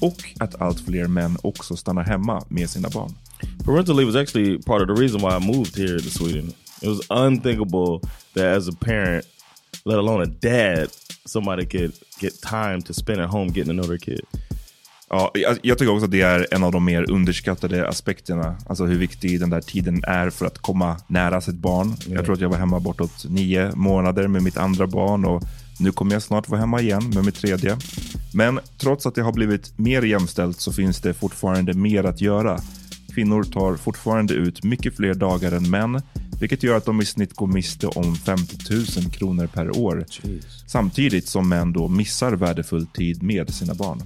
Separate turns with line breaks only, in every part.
och att allt fler män också stannar hemma med sina barn.
Parental leave was actually part of the reason why I moved here to Sweden. It was unthinkable that as a parent, let alone a dad, somebody could get time to spend at home getting to know their kid.
Ja, jag, jag tycker också att det är en av de mer underskattade aspekterna. Alltså hur viktig den där tiden är för att komma nära sitt barn. Jag tror att jag var hemma bortåt nio månader med mitt andra barn och nu kommer jag snart vara hemma igen med mitt tredje. Men trots att det har blivit mer jämställt så finns det fortfarande mer att göra. Kvinnor tar fortfarande ut mycket fler dagar än män, vilket gör att de i snitt går miste om 50 000 kronor per år. Samtidigt som män då missar värdefull tid med sina barn.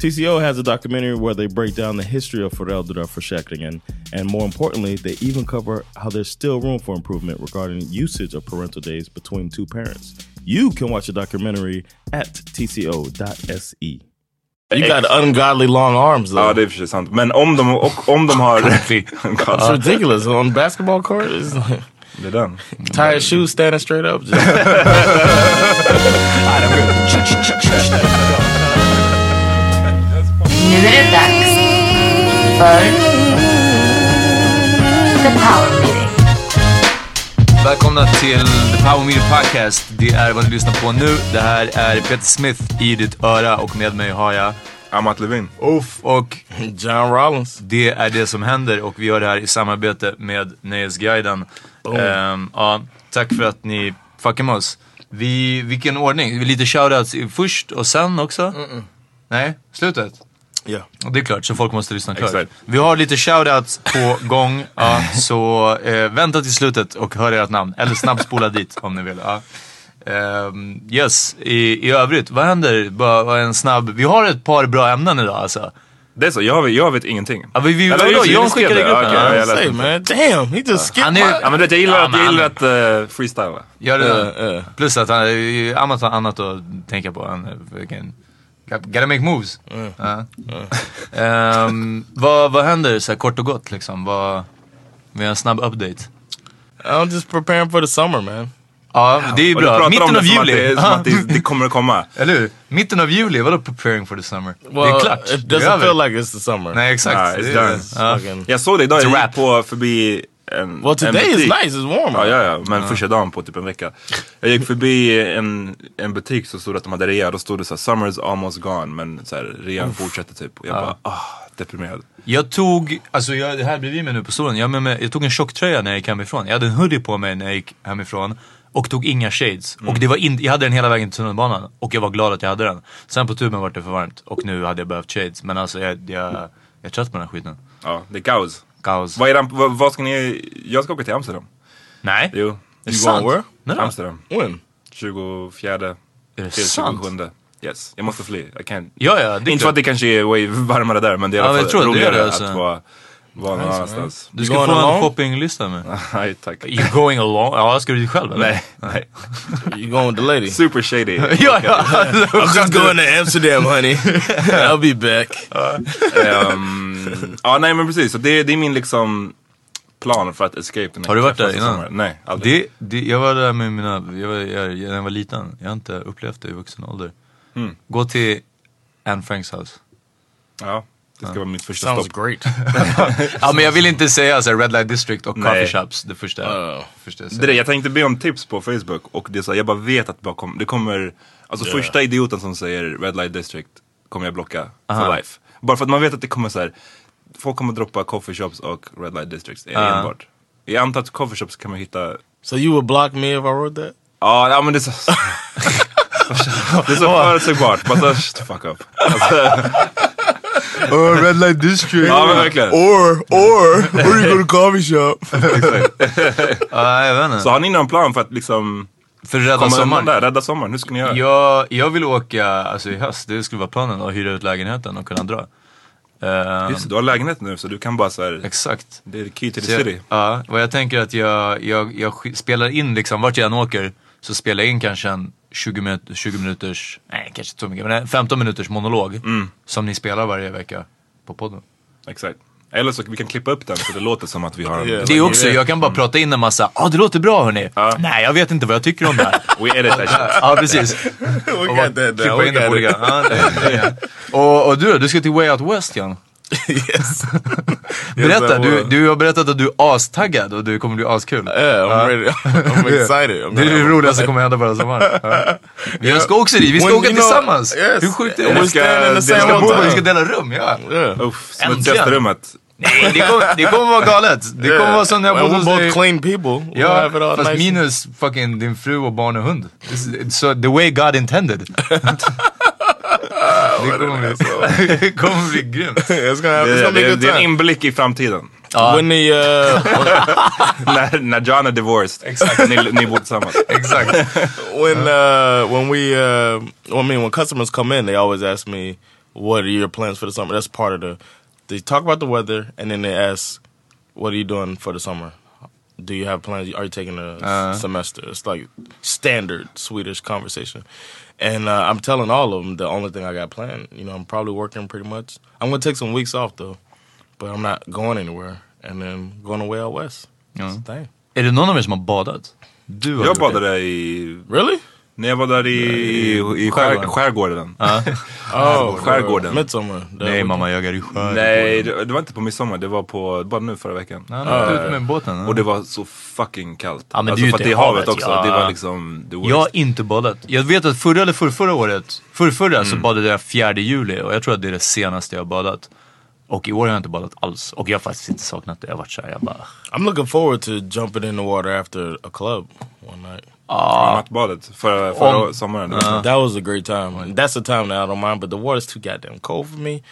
TCO has a documentary where they break down the history of föräldraförsäkringen and, and more importantly, they even cover how there's still room for improvement regarding usage of parental days between two parents. You can watch the documentary at tco.se. You got ungodly long arms though.
Ja, det är i och för sig sant. Men om de, och, om de har...
It's ridiculous on basketball court. It's like
det är den.
tie his shoes standing straight up.
Nu är det dags för The Power Meeting.
Välkomna till The Power Meter Podcast. Det är vad du lyssnar på nu. Det här är Peter Smith i ditt öra och med mig har jag
Amat Levin.
Uff och
John Rollins.
det är det som händer och vi gör det här i samarbete med Nöjesguiden.
Oh.
Ehm, ja, tack för att ni fuckar med oss. Vi, vilken ordning? Lite shoutouts i- först och sen också? Nej, slutet?
Yeah.
Och Det är klart, så folk måste lyssna klart.
Exakt.
Vi har lite shoutouts på gång, ja, så eh, vänta till slutet och hör ert namn. Eller snabbspola dit om ni vill. Ja. Ehm, yes, I, i övrigt, vad händer? Bara, bara en snabb... Vi har ett par bra ämnen idag alltså.
Det är så, jag, vet- jag vet ingenting.
Ja, vi- vi-
Eller,
vadå?
just det,
John
ni skrev
skickade
det.
i gruppen.
Okej,
Ja,
jag läste
Say,
inte.
man, damn, he just skipped.
Han är,
Ja, men du vet, jag gillar
Ja,
att,
men
jag gillar att
han-
eh, freestyla.
gör det där.
Eh, eh.
Plus att han, Amat har annat att tänka på. Han är fucking- Gotta make moves.
Eh.
Ja. Ehm, vad, vad händer så här kort och gott liksom? Vad, vi har en snabb update.
I'm just preparing for the summer, man.
Ja, det är
Och du
bra.
pratar om
Mitten
det
av
som att det,
juli.
är- som att det, det kommer att komma.
Eller hur? Mitten av juli, vadå preparing for the summer? det är
Well,
klart.
It
Det är
doesn't
över.
feel like it's the summer.
Nej, exakt.
Nah, it's
Det är-
done.
ja.
Fucking-
Jag såg det idag, jag
It's
gick på förbi en
Well,
en
today is
butik.
nice. It's warm.
Ja, ja, ja. Men första dagen på typ en vecka. Jag gick förbi en, en butik så stod det att de hade rea. Då stod det såhär, summer is almost gone. Men såhär, rean fortsätter typ. Och jag bara, ah, deprimerad.
Jag tog, alltså jag, det här blir vi med nu på stolen. Jag, har med mig, jag tog en tjocktröja när jag gick hemifrån. Jag hade en hoodie på mig när jag gick hemifrån. och tog inga shades.
Mm.
Och det var in, jag hade den hela vägen till tunnelbanan och jag var glad att jag hade den. Sen på tuben var det för varmt och nu hade jag behövt shades. Men alltså jag, jag, jag är trött på den här skiten.
Ja, det är kaos.
Kaos.
Vad, är det, vad, vad ska ni... Jag ska åka till Amsterdam.
Nej.
Jo.
det sant? Nej.
Amsterdam.
When?
24
Är det
till
sant?
27. Yes. Jag måste fly. I can't.
Ja, ja. Det
Inte
är
för att
klart.
det kanske är way varmare där men det är i
Ja,
alla fall
jag tror det är
roligare
det, alltså.
att vara, vara någon annanstans.
Du ska få en shoppinglista med.
Nej tack.
You're going along? Ja, ska du dit själv eller?
Nej, nej.
You going with the lady?
Super shady.
ja, ja.
I'm just going to Amsterdam, honey. I'll be back.
Ehm, ja, nej men precis. Så det, det är min liksom plan för att escape den här
Har du varit där
kraftigaste
innan?
alltså, sommaren. Nej, aldrig.
Det, det, jag var där med mina, jag var, jag, jag- när jag var liten, jag har inte upplevt det i vuxen ålder.
Mm.
Gå till Anne Franks house.
Ja, det ska vara mitt första
Sounds
stopp.
great.
Ja men jag vill inte säga så här, Red Light District och
Nej. Oh.
coffee shops, det första,
Ja.
första jag
Det är
säger.
det, jag tänkte be om tips på Facebook och det är så här, jag bara vet att bara kom, det kommer, alltså första idioten som säger red light district kommer jag blocka
Aha.
for life. Bara för att man vet att det kommer så här, folk kommer droppa coffee shops och red light districts
Ja.
enbart. Jag antar att coffee shops kan man hitta,
So you would block me if I wrote that?
ja ja, men det är så, det är så förutsägbart. Bara så, här, shut the fuck up. Alltså,
Oh, Red Light District!
Ja men verkligen.
Or, or, or you go to coffee shop.
Ja, jag vet
Så
inte.
har ni någon plan för att liksom
För rädda
komma undan
sommaren.
där, rädda sommaren? Hur ska ni göra?
Jag, jag vill åka alltså, i höst, det skulle vara planen, och hyra ut lägenheten och kunna dra. Ehm,
Just det, du har lägenhet nu så du kan bara så här,
Exakt.
det är key to the
Så jag,
city.
ja, vad jag tänker att jag, jag, jag sk- spelar in liksom, vart jag än åker, så spelar jag in kanske en 20, minut, 20 minuters, nej kanske inte så mycket, men en 15 minuters monolog
Mm.
som ni spelar varje vecka på podden.
Exakt. Eller så vi kan klippa upp den så det låter som att vi har en...
Yeah.
Det är också, jag kan bara prata in en massa, ja ah, det låter bra hörni,
Mm. Ja.
nej jag vet inte vad jag tycker om det här.
We edit that shit.
Ja precis.
We
Och bara
got that down.
klippa
We
in det på
got
olika.
it.
Ja, det- det- och, och du då, du ska till Way Out West igen.
yes.
Berätta,
I
du,
will.
du har berättat att du är astaggad och det kommer bli askul.
Yeah, I'm ready. I'm excited. I'm
Det är
gonna-
det roligaste som kommer hända förra sommaren. Ja. Jag ska också dit, vi ska
When
åka
you know-
tillsammans.
Yes.
Hur sjukt är
And
det?
we're standing in the
Vi ska-
same
vi ska
Bo-
hotel.
Vi ska dela rum, ja.
Yeah.
Uff, smutsigaste rummet.
Nej, det kommer, det kommer vara galet. Det kommer vara som när jag
And
bodde
we're
hos
both
dig.
clean people. We'll
Ja,
have it all
fast
nice.
minus fucking din fru och barn och hund. This is- So the way God intended. det kommer bli, det kommer bli grymt.
it's gonna, have,
Det,
it's
det,
gonna be a
det,
good
är en
time.
inblick i framtiden.
When the uh,
när, när John är divorced.
Exakt.
Ni, ni bor tillsammans.
Exakt.
when uh, when we uh, well, I mean when customers come in, they always ask me, "What are your plans for the summer?" That's part of the. They talk about the weather, and then they ask, "What are you doing for the summer? Do you have plans? Are you taking a s- semester?" It's like standard Swedish conversation, and uh, I'm telling all of them the only thing I got planned. You know, I'm probably working pretty much. I'm gonna take some weeks off though, but I'm not going anywhere. And then going away out west. That's the thing.
Är det någon av er som har badat? Du har
Jag
gjort det.
badade i...
Really?
När jag var där i, i, i skär,
Skärgården.
skärgården. Alltså,
Oh,
Skärgården.
Midsummer.
Nej mamma, jag är i skärgården.
Nej, det, det var inte på midsommar. Det var på, bara nu förra veckan.
Han åkte ut med båten. ja.
Och det var så fucking kallt.
Ja, men det är
alltså
ju
för att
ute
det
i
är havet
havet,
också.
ja.
Det var liksom the worst.
Jag har inte badat. Jag vet att förra eller förrförra året, förrförra så
Mm.
badade jag 4 juli och jag tror att det är det senaste jag har badat. Och i år har jag inte badat alls. Och jag har faktiskt inte saknat det. Jag har varit såhär, jag bara...
I'm looking forward to jumping in the water after a club one night.
Nattbadet förra, förra
Om-
sommaren.
That was a great time. That's a time that I don't mind, but the water's too goddamn cold for me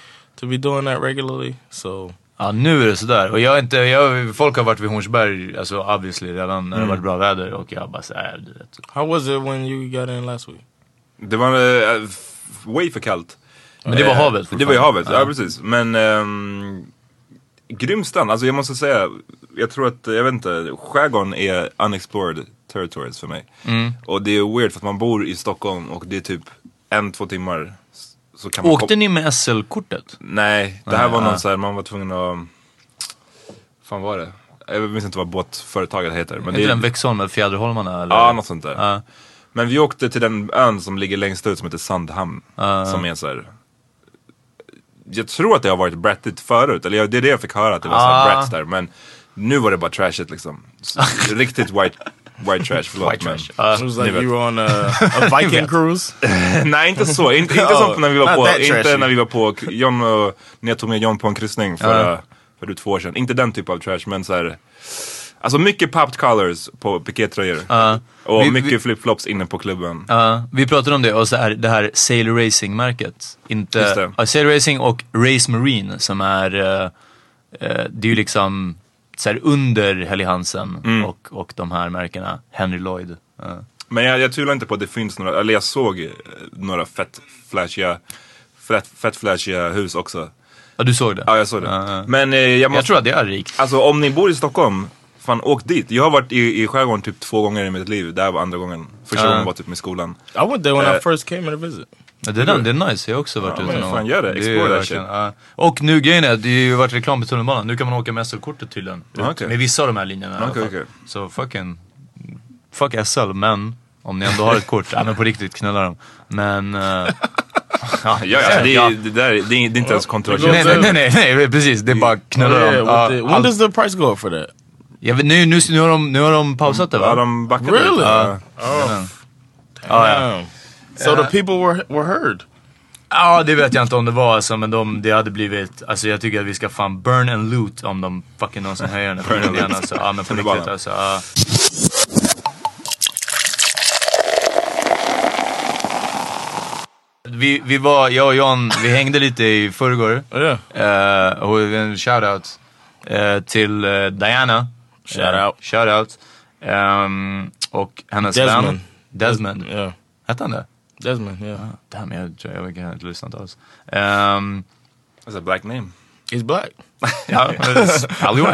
to be doing that regularly. So
Ja, nu är det sådär. Och jag är inte, jag, folk har varit vid Hornsberg, alltså obviously, redan när det har varit bra väder. Och jag bara såhär, du vet.
how was it when you got in last week?
Det var eh, f- way för kallt.
Men det var
Eh,
havet
Det var ju
fortfarande.
havet, ja, precis. Men um, grym strand, alltså jag måste säga, jag tror att, jag vet inte, skärgården är unexplored territories för mig.
Mm.
Och det är weird för att man bor i Stockholm och det är typ en, två timmar s- så kan man
Åkte
kom-
ni med SL-kortet?
Nej, det här
Nej,
var någon
ja.
så här, man var tvungen att, fan var det? Jag minns inte vad båtföretaget heter. Men
Är
det
inte den Vexholm med Fjäderholmarna eller?
Ja, något sånt där.
Ja.
Men vi åkte till den ön som ligger längst ut som heter Sandhamn. Som är så här. Jag tror att det har varit brattigt förut, eller jag- det är det jag fick höra att det var så här
Ah.
brats där. Men nu var det bara trashigt liksom. S- Riktigt white, white trash, förlåt.
White
men-
trash. Ja.
It was like
Neither.
you were on uh, a, a Viking cruise.
Nej inte så, inte, inte
Oh,
som när vi var
not
på,
that
inte
trashy.
när vi var på, John typ och, när jag tog med John på en kryssning för, för två år sedan. Inte den typ av trash men så här. Alltså mycket popped colors på pikétröjor. Och
Vi-
mycket
vi-
flipflops inne på klubben.
Ja, vi pratade om det och så är det här Sail Racing-märket. Inte,
Just det.
Ja, Sail Racing och Race Marine som är, eh, eh, det är ju liksom så här under Helly Hansen
Mm.
och, och de här märkena, Henry Lloyd. Ja.
Men jag, jag tvivlar inte på att det finns några, eller jag såg eh, några fett flashiga, fett, fett flashiga hus också.
ja, du såg det?
Ja, jag såg det.
Ja, ja.
Men eh, jag måste...
jag tror att det är rikt.
Alltså om ni bor i Stockholm, fan åk dit. Jag har varit i, i skärgården typ två gånger i mitt liv. Det här var andra gången. Första
Ja.
gången var typ med skolan.
I went there when I
Eh.
first came here to visit.
Ja, det, är, det är nice, jag har också varit
Ja,
ute
men
någon
fan,
gång.
gör det.
är
Explore
ju
that
verkligen-
shit.
ja. Och nu grejen är, det har ju varit reklam på tunnelbanan. Nu kan man åka med SL-kortet tydligen.
Ja, okej.
Med vissa av de här linjerna i alla
Okej,
fall.
okej.
Så fucking, fuck SL, men om ni ändå har ett kort, ja men på riktigt knulla dem. Men... eh, ja,
Ja, ja, det, är- det, där, är- det, är, det är inte ens kontroversiellt.
Nej, nej, nej, nej, nej, precis. Det är bara knulla
Oh, yeah,
dem.
with
Ja,
the- when
allt-
does the price go up for that?
jag vet, nu, nu, nu, har de, nu har de pausat det va?
Mm. Ja, de backade
Really?
Ja.
Ja, ja.
Damn. So the people were were heard.
Ja, det vet jag inte om det var alltså, men de, det hade blivit... Alltså jag tycker att vi ska fan burn and loot om de fucking någonsin höjer den här
Burn and
skiten igen.
loot.
Alltså, ja men på
Tunnelbanan.
riktigt alltså. ja. Vi, vi var, jag och John, vi hängde lite i förrgår.
Yeah.
Eh, och en shoutout eh, till eh, Diana.
Shoutout.
Eh, shoutout. Ehm, och hennes
Desmond.
vän. Desmond.
Yeah.
Hette han det?
Desmond,
Uh-huh.
yeah.
Damn, jag, jag, jag kan inte lyssna inte alls. Ehm,
That's a black name.
He's black.
ja, probably why.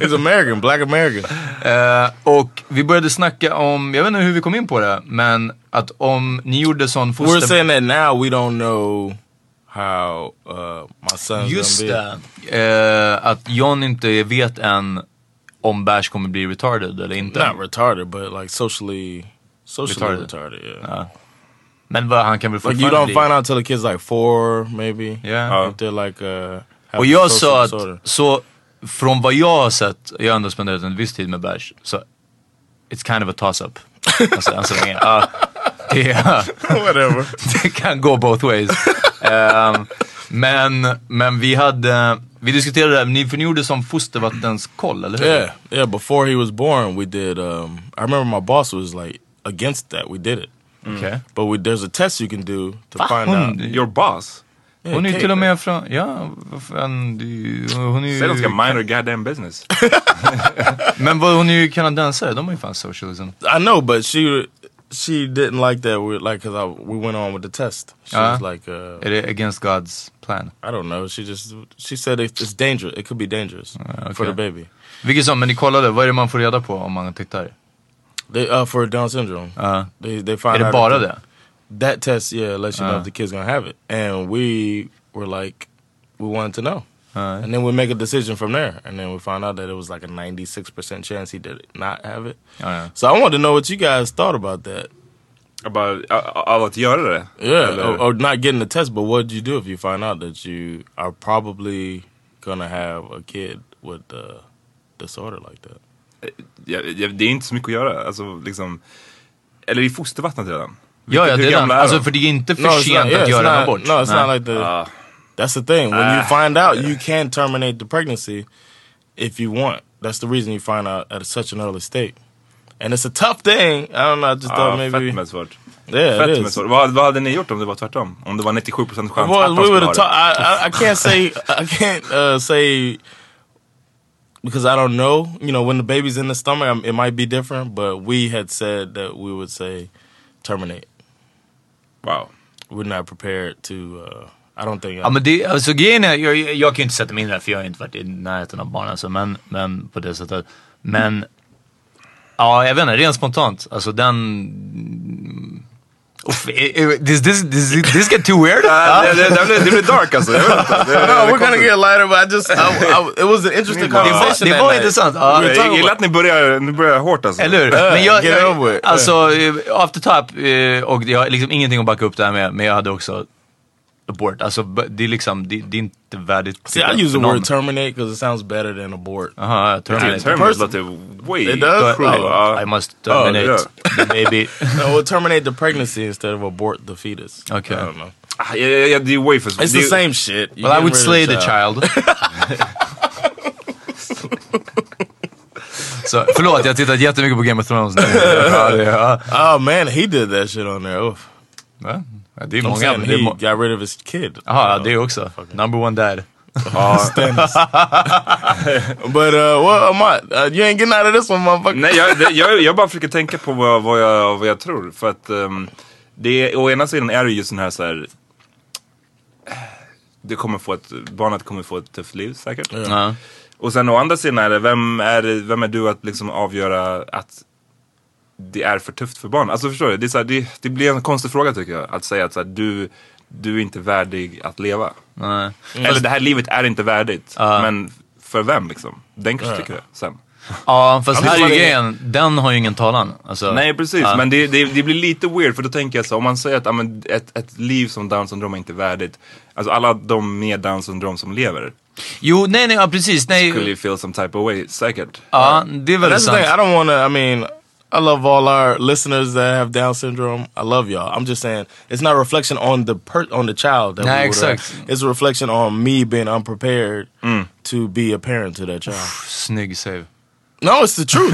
He's American, black American.
Eh, och vi började snacka om, jag vet inte hur vi kom in på det, men att om ni gjorde sån
We're
foster...
saying that now we don't know how uh, my son's
Just
gonna be.
det. Eh, att John inte vet än om Bash kommer bli retarded eller inte.
Not retarded, but like socially socially
Retarded.
retarded.
Uh-huh.
yeah.
Men vad, han kan väl
Like
fortfarande
you don't
bli...
find out till the kid's like four, maybe.
Yeah.
If they're like uh have
Och jag
social
sa att,
disorder.
så från vad jag har sett, jag har ändå spenderat en viss tid med Bash, så it's kind of a toss-up. Alltså, än så länge. Ja, det, är-
whatever.
det kan gå both ways. Ehm, men, men vi hade, vi diskuterade det här, ni, för ni gjorde som fostervattenskoll, eller hur?
Yeah, yeah. Before he was born, we did. Um, I remember my boss was like against that. We did it,
Okej.
but we, there's a test you can do to find out.
Hon,
Your boss?
Yeah,
hon är ju
Kate,
till och
uh,
med från, ja, vad fan, det är ju- hon är
Säg att de ska
ju,
mind their goddamn business.
men vad, hon är ju kanadensare, de har ju fan socialism.
I know, but she she didn't like that. We like because I we went on with the test. She
Uh-huh.
was like, uh,
Är det against God's plan?
I don't know. She just she said it, it's dangerous. It could be dangerous for
Uh, okay.
the baby.
Vilket som, men ni kollade, vad är det man får reda på om man tittar?
They uh, for Down syndrome.
Uh,
They they
är
find
det
out
bara
if the-
det?
that test, yeah, lets you know
Uh.
if the kid's gonna have it. And we were like, we wanted to know.
Uh.
And then we make a decision from there. And then we found out that it was like a 96% chance he did not have it.
Uh.
So I wanted to know what you guys thought about that.
About, av att göra det?
Yeah,
Eller-
or, or not getting the test, but what would you do if you find out that you are probably gonna have a kid with a disorder like that?
Ja, ja, det är inte så mycket att göra. Alltså, liksom, eller i fostervattnet redan?
Ja, ja,
hur
det är den.
gamla är
Alltså
de?
för det är inte för
it's not-
sent
yeah,
att
it's
göra en
not-
abort.
No, it's not
Nej.
like the. that's the thing. When you find out, you can terminate the pregnancy if you want. That's the reason you find out at such an early state. And it's a tough thing. I don't know. I just
Ja,
thought maybe.
fett men svårt.
Yeah,
Fett
it
men
is.
svårt. Vad, vad hade ni gjort om det var tvärtom? Om det var 97% chans att
Well,
de
we
skulle
would
ha
have
det?
talked. I, I, I can't say. I can't uh, say because I don't know. You know, when the baby's in the stomach, um, it might be different. But we had said that we would say terminate.
Wow.
We're not prepared to. Uh, I don't think.
Ja men det, alltså grejen är, jag, jag jag kan ju inte sätta mig in i det här, för jag har inte varit i närheten av barn alltså, men, men på det sättet. Men, ja jag vet inte, rent spontant, alltså den... Uff, eh, eh, this, this, this, this get too weird?
Ah, det, det, det, blev, det blev dark alltså. Jag vet inte. Det,
No,
det
we're gonna get lighter, but I just I, I, it was an interesting
Det var-
conversation.
det
that
var
night.
intressant. Ja.
We were
jag
talking
gillar
about-
att ni börjar, ni börjar hårt alltså.
Eller hur? Men jag,
get over
jag,
it.
alltså, eh, after top, eh, och jag har liksom ingenting att backa upp det här med, men jag hade också abort. Alltså, b- det är liksom, det, det är inte värdigt.
See, I use the word terminate because it sounds better than abort.
Aha, terminate.
Terminus låter way...
It does?
Wow.
I, I must terminate
Ja,
the baby.
no, we'll terminate the pregnancy instead of abort the fetus.
Okay.
I don't know.
Ah, ja, ja, ja, det är way för
It's
det
the
är-
same shit. You
Well, I
getting
would
rid of
slay the child. Så, förlåt, jag har tittat jättemycket på Game of Thrones nu. Ja, det- ja.
Oh man, he did that shit on there. Oof.
Ja, Det är
I'm
många.
saying
Det är
he
må-
got rid of his kid.
Aha, det är också. Number one dad.
But uh, what am I? Uh, you ain't getting out of this one, motherfucker.
Nej, jag, det- jag, jag bara försöker tänka på vad, vad, jag, vad jag tror. För att ehm, det, å ena sidan är det ju sån här så här. Det kommer få ett, barnet kommer få ett tufft liv säkert.
Ja.
Och sen å andra sidan är det, vem är, det- vem är du att liksom avgöra att det är för tufft för barn? Alltså förstår du? Det, är så här, det, det blir en konstig fråga tycker jag. Att säga att så här, du, du är inte värdig att leva.
Nej.
Eller det här livet är inte värdigt. Men för vem liksom? Den kanske tycker det sen.
Ja, fast här är ju
det-
grejen. Den har ju ingen talan. Alltså,
Nej precis,
ja.
men det, det, det blir lite weird för då tänker jag så om man säger att ja, men ett, ett liv som Downs syndrom är inte värdigt. Alltså alla de med Downs syndrom som lever
Jo, nej, nej, ja, precis.
skulle
Nej.
ju feel some type of way, säkert.
Ja, det är
But
väldigt
that's the
sant.
thing. I don't want to. I mean, I love all our listeners that have Down syndrome. I love y'all. I'm just saying it's not a reflection on the per on the child. That
Nah,
we would've-
exact.
It's a reflection on me being unprepared
Mm.
to be a parent to that child.
Snygg save.
No, it's the truth.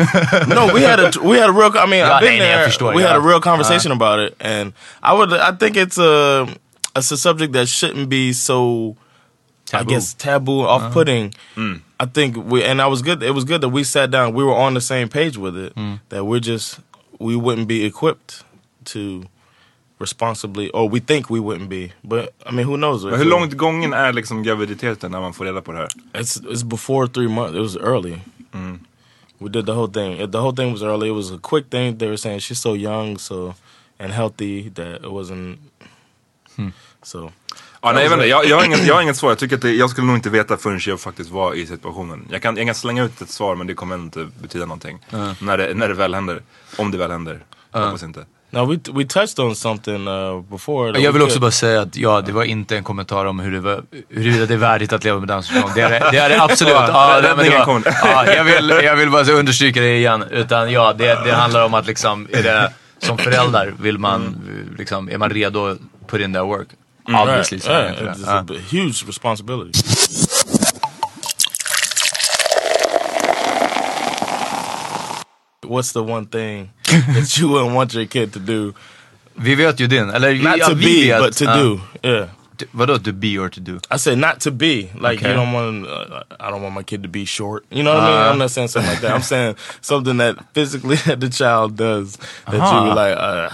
no, we had a we had a real. I mean,
Yeah,
I've been
they- they
there.
have to store it
We had a
up.
real conversation about it, and I would. I think it's a it's a subject that shouldn't be so. I guess taboo, off putting. I think we and I was good. It was good that we sat down. We were on the same page with it. That we're just we wouldn't be equipped to responsibly, or we think we wouldn't be. But I mean, who knows?
Men hur långt gången är liksom graviditeten när man får reda på det här?
It's it's before three months. It was early.
Mm.
We did the whole thing. It, the whole thing was early. It was a quick thing. They were saying she's so young, so and healthy that it wasn't.
Hmm.
So
Ja, nej, jag, vet inte, jag, jag, har inget, jag har inget svar, jag, tycker att det, jag skulle nog inte veta förrän jag faktiskt var i situationen. Jag kan, jag kan slänga ut ett svar men det kommer inte betyda någonting.
Uh.
När, det, när det väl händer. Om det väl händer. Hoppas inte.
now we we touched on something uh, before. that
Jag
we
vill också
could-
bara säga att ja, det var inte en kommentar om hur det var, huruvida det är värdigt att leva med Downs syndrom. Det är det, det, är det absolut.
Ja,
Ja, nej, men det
räddningen
var,
kom.
ja, jag, vill, jag vill bara så understryka det igen. Utan ja, det, det handlar om att liksom, är det, som förälder, vill man, liksom, är man redo att put in that work?
Mm.
Obviously. så är det
Yeah,
inte
it's
det. Ja.
a huge responsibility. What's the one thing that you wouldn't want your kid to do?
Vi vet ju din. Eller vi-
Not
ja,
to
vi
be,
vet.
but to
Ja.
do. Yeah.
T- Vadå to be or to do?
I said not to be like
Okay.
you don't want. Uh, I don't want my kid to be short. You know what I mean? I'm not saying something like that. I'm saying something that physically the child does that you like. Uh,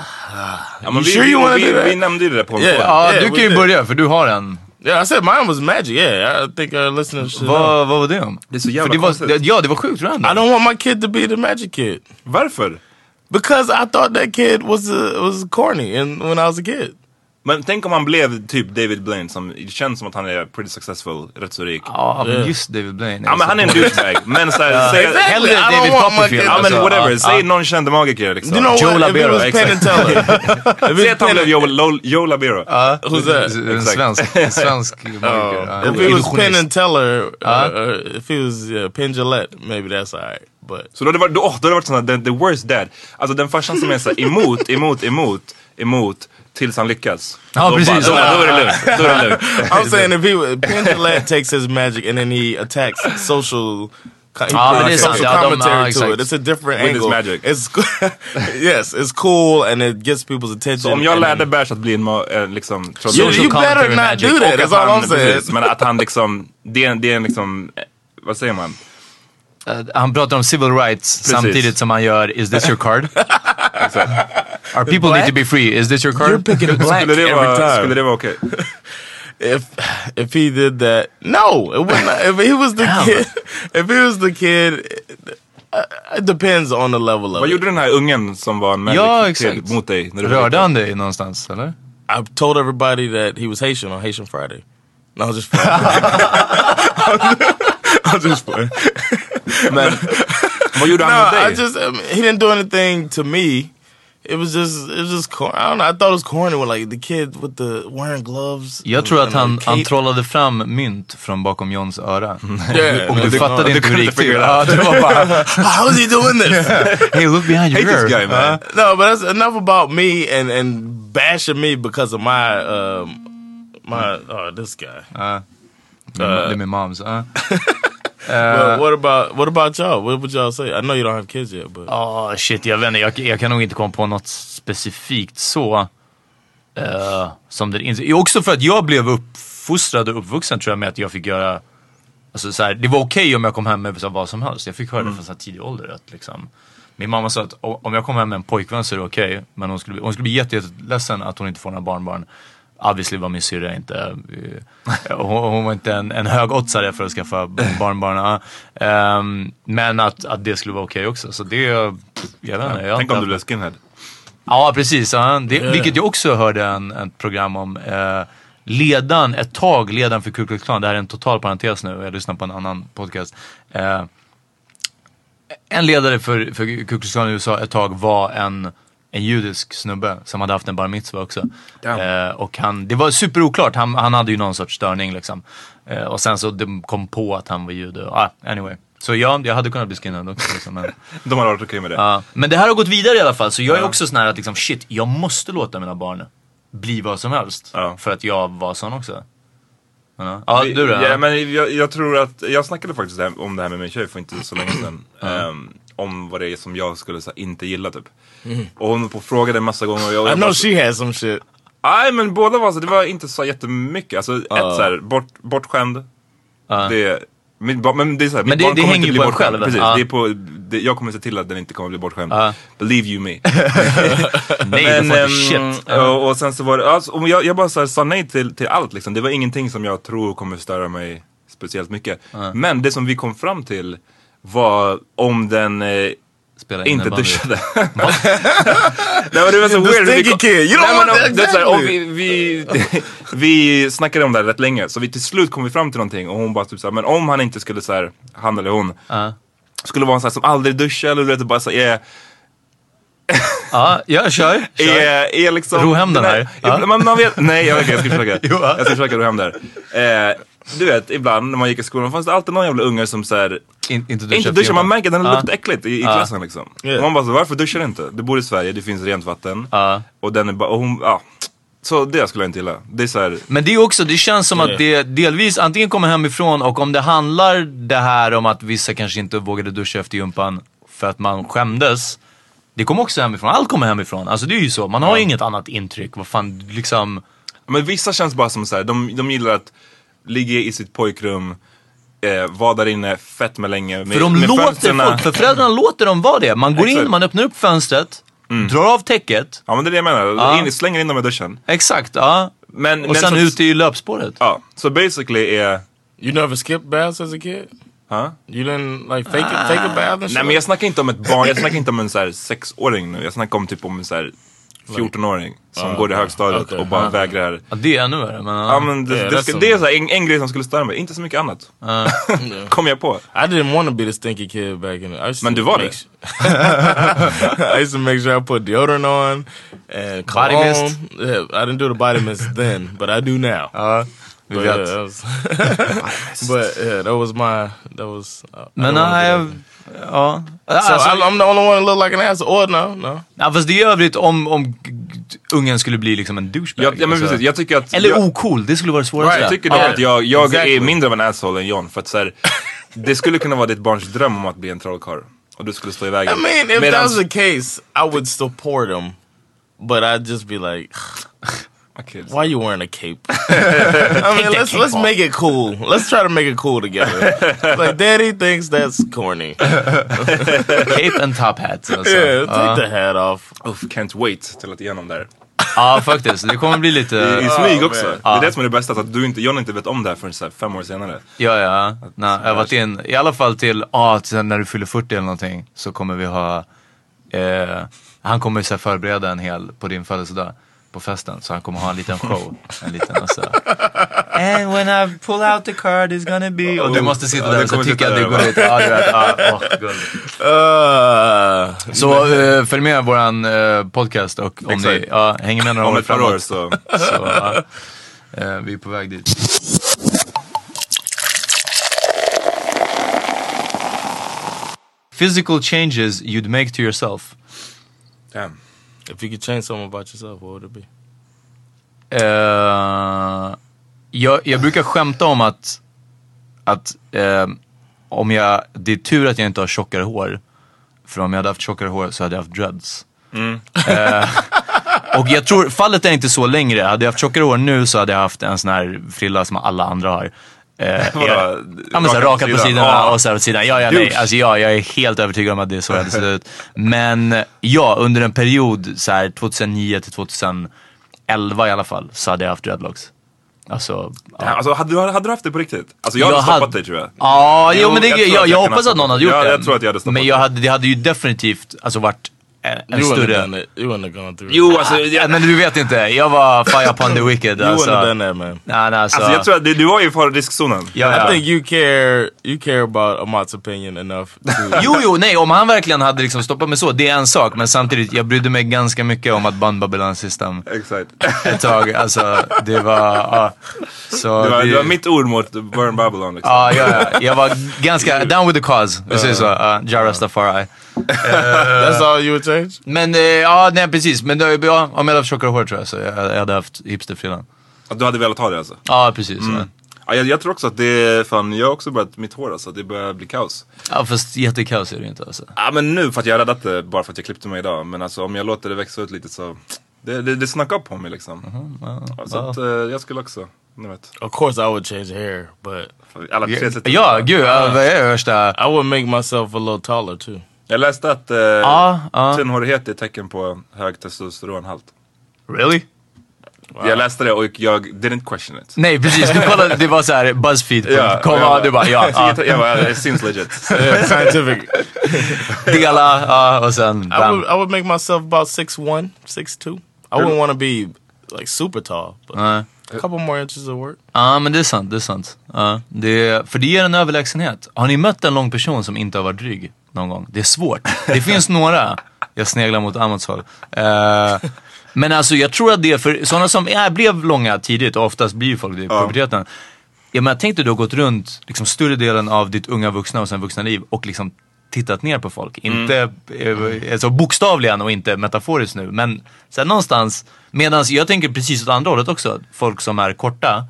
Ja, men
You sure you wanna
vi,
do that?
vi, vi nämnde ju det där på en
Yeah.
podd.
Ja,
Yeah,
du
we
kan ju
did.
börja för du har en.
yeah, I said mine was magic. Yeah, I think uh, our listeners should. know.
Vad, vad var det om?
Det är så
För
jävla
det var,
konstigt.
det, ja, det var sjukt random.
I don't want my kid to be the magic kid
Varför?
because I thought that kid was uh, was corny and when I was a kid.
Men tänk om han blev typ David Blaine som det känns som att han är pretty successful, rätt så rik. Ja
Ja, men just David Blaine.
men han är en douchebag. Men
Uh,
såhär, säg...
Hellre
I don't
David
want my
Copperfield.
kid-
Ja
alltså,
men whatever,
ja,
säg
ja.
någon känd magiker liksom.
You know
Joe
what? If it
Labero,
was Penn and Teller,
Säg att han blev Joe, Lo- Joe Labero.
who's that?
En
Eh, Exakt.
svensk, en svensk magiker. Ja.
If it was Penn
Illusionist.
and Teller, uh, uh, if it was uh, Penn Gillette, maybe that's all right. But
Så då hade det varit, då, åh, då hade det varit sån här, the, the worst dad. Alltså den farsan som är såhär emot, emot, emot, emot. Tills han lyckas.
Ja,
då,
precis.
Bara, då, bara, då är det lugnt. Då är det lugnt.
I'm saying if he would- Penn Jillette takes his magic and then he attacks social. co- he
Ah,
puts
but it's
social
not- I don't know,
commentary to it.
exactly.
It's a different
With his
angle.
magic.
It's yes, it's cool and it gets people's attention.
Så om jag
and
lärde
then-
Bash att bli en ma- eh, liksom...
you, you better
commentary
not
magic.
do that.
Och
That's
att
all I'm
han-
saying.
precis, Men att han liksom, det är en, det är en liksom, eh, vad säger man?
Eh, Han pratar om civil rights samtidigt som han gör “Is this your card?” Our people need to be free. Is this your card?
You're picking black
Skulle det
every
vara,
time.
skulle det vara okej?
if if he did that, no, it would not. If he was the kid, if he was the kid, it, it depends on the level of.
Vad
it.
gjorde den här ungen som var en magic
Ja,
kid
exakt.
mot dig? När du
Rörde han dig någonstans, eller?
I told everybody that he was Haitian on Haitian Friday. No, I was just playing. I was just playing.
Men, vad gjorde han
No,
mot dig?
I just I mean, he didn't do anything to me. It was just it was just corny. I don't know. I thought it was corny with like the kid with the wearing gloves.
Jag
and-
tror att
Mm.
and
han,
the
han
cape.
trollade fram mynt från bakom Johns öra.
Yeah.
Och du fattade inte hur det gick till. Ja, det var bara,
How is he doing this?
hey look behind your
Hate
ear.
this guy man.
no, but that's enough about me and and bashing me because of my um my oh this guy.
Uh.
Det är min moms. ja.
Uh-huh.
But what about what about y'all? What would y'all say? I know you don't have kids yet, but
Ja, shit, jag vet inte. Jag, jag kan nog inte komma på något specifikt så. eh, som det inte... Också för att jag blev uppfostrad och uppvuxen tror jag med att jag fick göra... Alltså, så här, det var okej om jag kom hem med så här, vad som helst. Jag fick höra
Mm.
det från så här, tidig ålder. Att, liksom, min mamma sa att o- om jag kom hem med en pojkvän så är det okej. men hon skulle, bli- hon skulle bli jätte- jätteledsen att hon inte får några barnbarn. Obviously var min syrra inte... eh, hon, hon var inte en, en högoddsare för att skaffa barnbarn. ja. Ehm, men att, att det skulle vara okej också. Så det... Jag vet inte. Jag har
Tänk om
inte-
du blev skinhead.
Ja, precis. Ja. Det, Vilket jag också hörde en, ett program om. Eh, ledaren, ett tag ledaren för Ku Klux Klan, det här är en total parentes nu, jag lyssnar på en annan podcast. Eh, en ledare för, för Ku Klux Klan i USA ett tag var en, en judisk snubbe som hade haft en bar mitzvah också. Eh, och han, det var superoklart, han, han hade ju någon sorts störning liksom. Eh, och sen så de kom på att han var jude. Ah, anyway. Så jag, jag hade kunnat bli skinhead också. Liksom, men...
De hade varit okej med det.
Ja, men det här har gått vidare i alla fall, så jag är också sån här att liksom, shit, jag måste låta mina barn bli vad som helst.
Ja.
För att jag var sån också. Ja, ja
Vi-
du då?
Ja, men jag, jag tror att, jag snackade faktiskt det här- om det här med min tjej för inte så länge sedan. ehm, om vad det är som jag skulle så, här, inte gilla typ.
Mm.
Och hon på frågade en massa gånger. Och jag,
I
jag
know
bara,
she has some shit.
Nej men båda var så, det var inte så jättemycket. Alltså ett så här, bort, bortskämd. Det, men, ba- men det är så här, mitt
det-
barn
det
kommer
hänger
inte
ju
bli
på en
bortskämd.
själv. alltså.
Precis,
Ja.
det är på, det, jag kommer se till att den inte kommer bli bortskämd.
Ja.
Believe you me.
Nej, det får inte
ehm,
shit.
och, och sen så var det, alltså, och jag, jag bara så här, sa nej till, till allt liksom. Det var ingenting som jag tror kommer störa mig speciellt mycket. Men det som vi kom fram till var om den eh,
Spela
inte
innebandy.
duschade. Nej men det var så weird.
stinky
Vi kom-
kid, you don't
Nej, men
want
om-
that,
det är så här, om
exactly.
vi, vi,
Uh-huh.
vi snackade om det här rätt länge så vi, till slut kom vi fram till någonting och hon bara typ så här, men om han inte skulle så här, han eller hon,
Ja.
skulle vara en sån här som aldrig duschar eller du vet bara så här, är,
Ja, Uh-huh. ja, kör. kör.
är, är liksom...
Ro hem den här.
ibland-
Ja.
Man, man vet, nej, jag, okej, jag ska försöka.
Jo, ja.
jag ska försöka ro hem där. Eh, du vet, ibland när man gick i skolan fanns det alltid någon jävla unge som så här,
In, inte duscha.
inte
för
duschar, man
jobbet.
märker att den
Ja.
luktar äckligt i, i klassen liksom.
Yeah.
Man bara så, varför duschar du inte? Du bor i Sverige, det finns rent vatten.
Ja.
Och den är bara, och hon, ja. Så det skulle jag inte gilla. Det är så här,
Men det är också, det känns som
Eh.
Ja.
att det delvis antingen kommer hemifrån och om det handlar det här om att vissa kanske inte vågade duscha efter gympan för att man skämdes. Det kommer också hemifrån. Allt kommer hemifrån. Alltså det är ju så. Man har ju inget annat intryck. Vad fan, liksom.
men vissa känns bara som så här, de, de gillar att ligga i sitt pojkrum, eh, vara där inne fett med länge. Med,
För de
med
låter
fönsterna.
folk, för föräldrarna låter dem vara det. Man går in,
Exakt. Mm.
man öppnar upp fönstret, drar av täcket.
Ja men det är det jag menar, in, slänger in dem i duschen.
Exakt, ja.
Men,
Och
men
sen
så-
ut i löpspåret.
Ja, så basically är...
You never skipped baths as a kid?
Huh?
You didn't like fake, a- take a bath and shit?
Nej men jag snackar inte om ett barn, jag snackar inte om en så här sexåring nu. Jag snackar om typ om en så här 14-åring som går i högstadiet
okej.
och bara
Ah.
vägrar.
Ja, det är ännu värre. Men, ja.
Ja men det,
Ja,
det,
that's
ska,
some-
det är så här, en, en grej som skulle störa mig, inte så mycket annat. Kom jag på.
I didn't want to be the stinky kid back in the I used to
Men du var
make
det.
su- I used to make sure I put deodorant on and cologne.
Body mist? Oh,
Yeah, I didn't do the body mist then, but I do now.
vi
but,
vet.
yeah, that was but yeah, that was my that was. Uh,
men nej, ja. Ja,
so
alltså,
I'm, I'm the only one that look like an ass. Or no, no.
ja, fast det är i övrigt om, om g- g- ungen skulle bli liksom en douchebag.
Jag, ja, men
alltså.
precis, jag tycker att...
Eller
jag,
ocool, det skulle vara det svåraste.
Right, jag tycker dock
Ja.
att jag, jag
Exactly.
är mindre av en asshole än John. För att så här, det skulle kunna vara ditt barns dröm om att bli en trollkarl. Och du skulle stå i vägen.
I mean, if that
Medans-
was the case, I would support him, but I'd just be like,
Okej,
Why you wearing a cape? I mean, let's let's make it cool. Let's try to make it cool together. like, Daddy thinks that's corny. Yeah,
Cape and top hat. Alltså.
take the hat off.
Uff, can't wait till att igenom där.
Ja, faktiskt. Det kommer bli lite...
I, i smyg också.
man.
Det är det som är det bästa, att du inte, John inte vet om det här förrän så här fem år senare.
Ja, ja. Nej, jag har varit in, I alla fall till, ja, till när du fyller 40 eller någonting så kommer vi ha, eh, han kommer så här förbereda en hel på din födelsedag på festen. Så han kommer ha en liten show. En liten alltså. And when I pull out the card it's gonna be... Och du måste sitta
Ja,
där
du
och så
kommer
tycka
sitta
att det går
där och
ut. Ja, du vet. Ja, åh, guld.
Uh,
så eh, följ med våran eh, podcast och om ni
Exakt.
ja, hänger med några
Om
år
ett par år
framåt.
så...
Så, ja. eh, vi är på väg dit. Physical changes you'd make to yourself.
Damn.
if you could change something about yourself, what would it be?
Eh, jag, jag brukar skämta om att, att eh, om jag, det är tur att jag inte har tjockare hår. För om jag hade haft tjockare hår så hade jag haft dreads. Eh, och jag tror, fallet är inte så längre. Hade jag haft tjockare hår nu så hade jag haft en sån här frilla som alla andra har. Eh,
Vadå?
Ja men så här, rakat på sidorna
Ja.
och så här åt sidan. Ja, ja, nej. Alltså, ja, jag är helt övertygad om att det är så jag hade sett ut. Men ja, under en period så här 2009 till 2011 i alla fall så hade jag haft dreadlocks. Alltså, ja.
Alltså, hade, du, hade du haft det på riktigt? Alltså jag hade stoppat dig tror jag.
Ja, jo,
Jo,
men det,
jag
jag,
tror
jag,
att jag kan ha
hoppas att
stoppat
någon hade
det.
gjort
Ja,
det.
jag tror att jag hade stoppat
Men jag hade, det hade ju definitivt alltså, varit en, en
You wouldn't have
större...
done it. You wouldn't have gone through.
Jo, alltså, jag,
Ja, men du vet inte, jag var fire upon the wicked.
You wouldn't
Alltså.
have done that, man.
Nej, nej, alltså.
alltså, jag tror att du, du var ju i riskzonen.
ja, ja.
I think you care. You care about Amat's opinion enough. To,
Jo, jo, nej, om han verkligen hade liksom stoppat mig så, det är en sak. Men samtidigt, jag brydde mig ganska mycket om att band Babylon System
Exakt.
ett tag. Alltså, det var... Ja. Så
Det var, det var mitt ord mot Burn Babylon liksom.
Ja, ja, ja. Jag var ganska down with the cause. Vi säger så. Ja, Jara Rastafari.
that's all you would change.
Men eh, ja, nej precis. Men då, ja, om jag hade haft tjockare hår tror jag så jag, jag hade haft hipsterfrillan.
Att du hade velat ha det alltså.
Ja, precis. Ja.
Ja, jag, jag tror också att det, fan jag har också börjat mitt hår alltså, det börjar bli kaos.
ja, fast jättekaos är det ju inte alltså.
Ja men nu för att jag har räddat det bara för att jag klippte mig idag. Men alltså om jag låter det växa ut lite så, det, det, det snackar upp på mig liksom.
Mhm,
Så att eh, jag skulle också, ni vet.
Of course, I would change the hair, but
Alla tre sätt.
Ja, gud. Ja, vad är det värsta?
I would make myself a little taller too.
Jag läste att eh,
Ja, ja.
tunnhårighet är ett tecken på hög testosteronhalt.
Really?
Jag läste det och jag didn't question it.
Nej, precis. Du kollade, det var så här buzzfeed.
Ja,
Mm. Kom,
ja.
ja, du bara ja. ja.
Jag bara, it seems legit.
Scientific.
Dela ja, och sen
I would,
bam.
I would make myself about six one, six two. I wouldn't want to be like super tall, but
Ja.
a couple more inches of work.
Ja, men det är sant. Det är sant. Ja, det, för det ger en överlägsenhet. Har ni mött en lång person som inte har varit dryg någon gång? Det är svårt. Det finns några. Jag sneglar mot Amats håll. Eh, men alltså jag tror att det är för sådana som är, blev långa tidigt, och oftast blir ju folk det i puberteten. Ja, men jag tänkte du har gått runt liksom, större delen av ditt unga vuxna och sen vuxna liv och liksom tittat ner på folk. Inte eh, alltså, bokstavligen och inte metaforiskt nu, men sen någonstans, medan jag tänker precis åt andra hållet också, folk som är korta,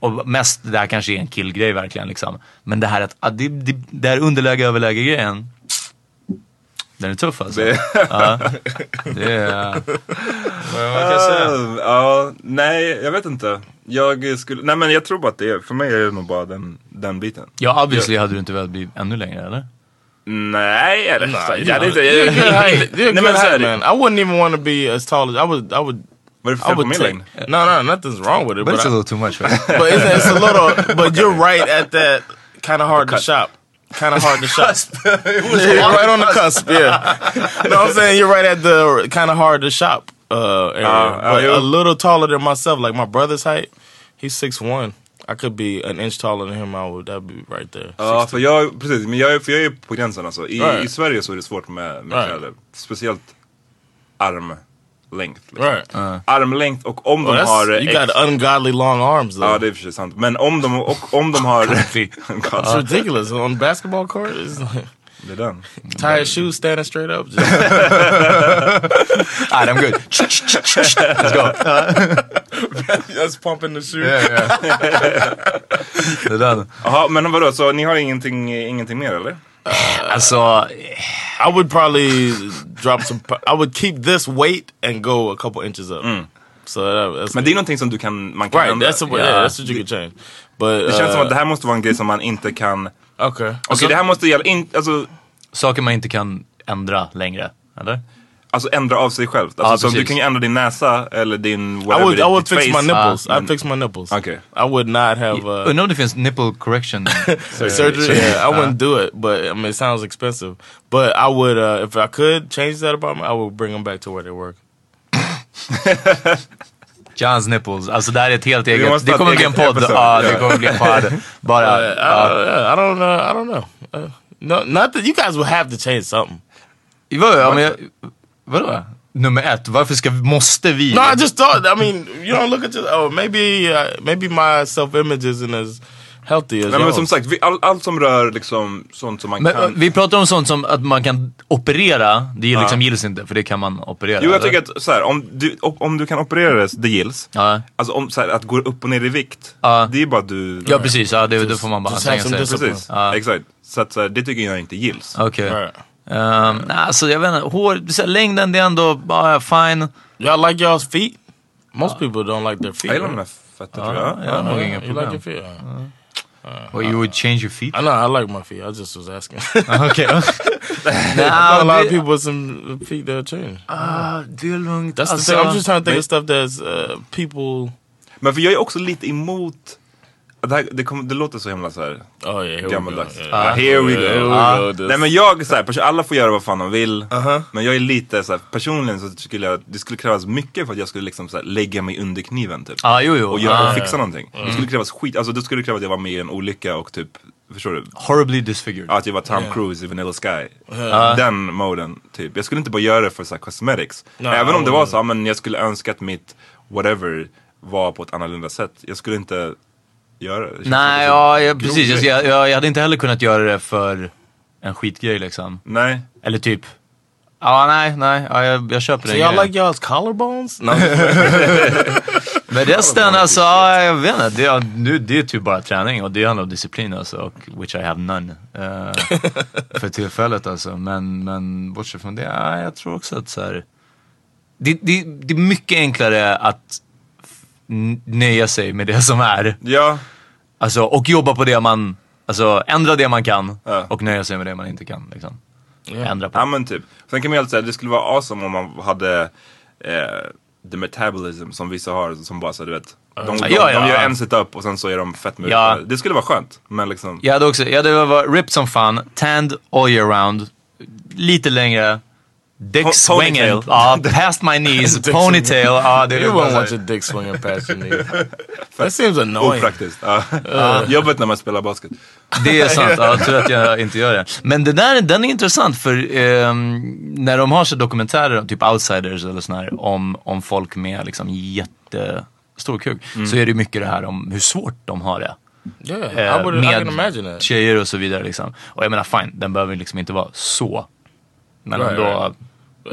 och mest, det här kanske är en killgrej verkligen liksom. Men det här att, att det, det, det här underläge överläge grejen. Den är tuff alltså.
Det-
Ja. Det är...
Ja, Eh, ja, nej, jag vet inte. Jag skulle, nej men jag tror bara att det är, för mig är det nog bara den, den biten.
Ja, obviously hade du inte velat bli ännu längre eller?
Nej, eller så, jag hade inte,
You're a
jag,
good height. You're a
nej
good
men så
height,
här,
man. I wouldn't even want to be as tall as I would. I would.
vad är det för
I
fel på
would
min
take.
längd?
No, no, nothing's wrong with it. But, I,
too much
but it's, it's a little. But you're right at that. Kind of hard to shop. Kind of hard to shop. You're right on the cusp. Yeah. no, I'm saying you're right at the kind of hard to shop uh, area.
Uh,
but
uh,
a little taller than myself. Like my brother's height. He's six one. I could be an inch taller than him. I would. That'd be right there.
Ja, för jag, precis, men jag, är- för jag är på gränsen alltså. I,
Right.
i Sverige så är det svårt med, med
Right.
kläder. Speciellt armlängd. Liksom.
Right.
Armlängd och om
Well,
de
Oh, that's-
har...
you
ex- Oh,
got ungodly long arms though.
Ja, det är i och för sig sant. Men om de, och, om de har...
It's
God,
ridiculous on the basketball court. It's like
det är den.
tired shoes standing straight up. Just
I'm good. Let's go.
just pumping the shoe.
Det är den.
Jaha, men vadå, så ni har ingenting, ingenting mer eller?
Alltså,
I would probably drop some. po- I would keep this weight and go a couple inches up. So that, that's
Men det är någonting som du kan, man kan
right.
ändra.
That's a, yeah.
Yeah.
That's what you could change. But
Det känns som att det
uh,
här måste vara en grej som man inte kan... Okej,
okay.
Alltså-
det här måste gälla in, alltså,
saker man inte kan ändra längre. Eller?
alltså ändra av sig själv. Alltså,
Ja,
som du
precis.
kan ju ändra din näsa eller din
I
whatever,
would. I
ditt-
would
ditt
fix my
face.
nipples.
Ah,
I'd fix my nipples.
Okay.
I would not have uh,
Undrar om det finns nipple correction.
surgery. Yeah, I wouldn't do it. But I mean, it sounds expensive. But I would. Uh, if I could change that about me, I would bring them back to where they were.
Johns nipples. Alltså det här är ett helt
måste
eget. Det
ha ett
kommer bli en
eget
podd.
episode.
Ja, det
Ja.
kommer bli en podd. Bara. ja.
Uh, yeah, I don't know. I don't know. Uh, no, not that you guys will have to change something.
Vadå? Ja, men jag, vadå? Nummer ett, varför ska, måste vi?
No, I just thought. I mean, you don't look at your. Oh, maybe, uh, maybe my self image isn't as
healthy as
Nej, men
well.
som sagt, vi, all, allt som rör liksom sånt som man
Men,
kan...
eh, vi pratar om sånt som att man kan operera, det liksom gills inte för det kan man operera.
Jo, jag
eller?
tycker att så här, om, du, om, om du kan operera det, det gills.
Ja.
Alltså om, så här, att gå upp och ner i vikt,
Ja.
det är bara du...
Ja precis, ja, det, då får man bara
just have
stänga
some
sig.
discipline.
Precis, exakt. Så att så här, det tycker jag inte gills.
Okej.
Right.
Ehm, nej, alltså jag vet inte, hår, så här, längden det är ändå, ja ja, fine.
Y'all like y'all's feet? Most people don't like their feet.
Jag gillar
right? Oh,
mina fötter tror jag.
Jag har nog
Yeah,
inga
you like
problem.
your feet? huh?
Well, you would change your feet?
I know, I like my feet. I just was asking.
Okej.
a lot
Nej,
of people with some feet that are changed.
Uh, Ah, det är lugnt.
That's the
Alltså,
thing. I'm just trying to think
men-
of stuff that's uh, people.
Men för jag är också lite emot... Det, här, det, kommer- det låter så himla så här
Oh yeah, here we go.
gammaldags.
Yeah.
Ah, here we go.
Here we
Ah.
go, Uh-huh. this-
Nej men jag, så här, pers- alla får göra vad fan de vill. Men jag är lite så här, personligen så skulle jag, det skulle krävas mycket för att jag skulle liksom så här, lägga mig under kniven typ.
Ja, jo, jo.
Och, göra,
Ah. Mm.
och fixa någonting. Det skulle krävas skit, alltså det skulle krävas att jag var med i en olycka och typ, förstår du?
Horribly disfigured.
Att jag var Tom Cruise i Vanilla Sky.
Ah.
Den moden, typ. Jag skulle inte bara göra det för så här, cosmetics.
Nej,
Även om det
jag
var
håller
så, ja, men jag skulle önska att mitt whatever var på ett annorlunda sätt. Jag skulle inte göra det. det. känns
Nej,
som en
ja, ja,
grov
precis.
grej.
Alltså, Jag, jag, jag hade inte heller kunnat göra det för en skitgrej liksom.
Nej.
Eller typ, ja nej, nej, ja, jag, jag köper
So
den
y'all
grejen.
like y'all's collarbones? No.
Men resten alltså, ja, jag vet inte. Det, är- nu, det är typ bara träning och det handlar om disciplin alltså, och which I have none. eh, för tillfället alltså. Men, men bortsett från det, ja, jag tror också att så här, det, det, det är mycket enklare att n- nöja sig med det som är.
Ja,
Alltså, och jobba på det man, alltså ändra det man kan
Ja.
och nöja sig med det man inte kan. Liksom. Ändra på.
ja men typ. Sen kan man ju alltid säga det skulle vara awesome om man hade eh, the metabolism som vissa har som bara så du vet. De, de,
Ja, ja,
de
ja.
gör en sit-up och sen så är de fett
Ja.
ja. Det skulle vara skönt. Men liksom,
Jag hade också, jag hade varit ripped som fan, tanned all year round, lite längre, dick
Po-
swinging,
ponytail.
ja, past my knees, ponytail, ja det är
You
bara
wouldn't want
såhär.
your dick swinging past your knees. That seems annoying.
opraktiskt. Ja. Jobbigt när man spelar basket.
Det är sant, ja, jag tror att jag inte gör det. Men det där, den är intressant för ehm, när de har så dokumentärer, typ outsiders eller sån här, om, om folk med liksom jättestor kuk,
Mm.
så är det mycket det här om hur svårt de har det.
Yeah,
eh,
I would. I can imagine that.
tjejer och så vidare liksom. Och jag menar fine, den behöver liksom inte vara så. Men
Right,
ändå...
right.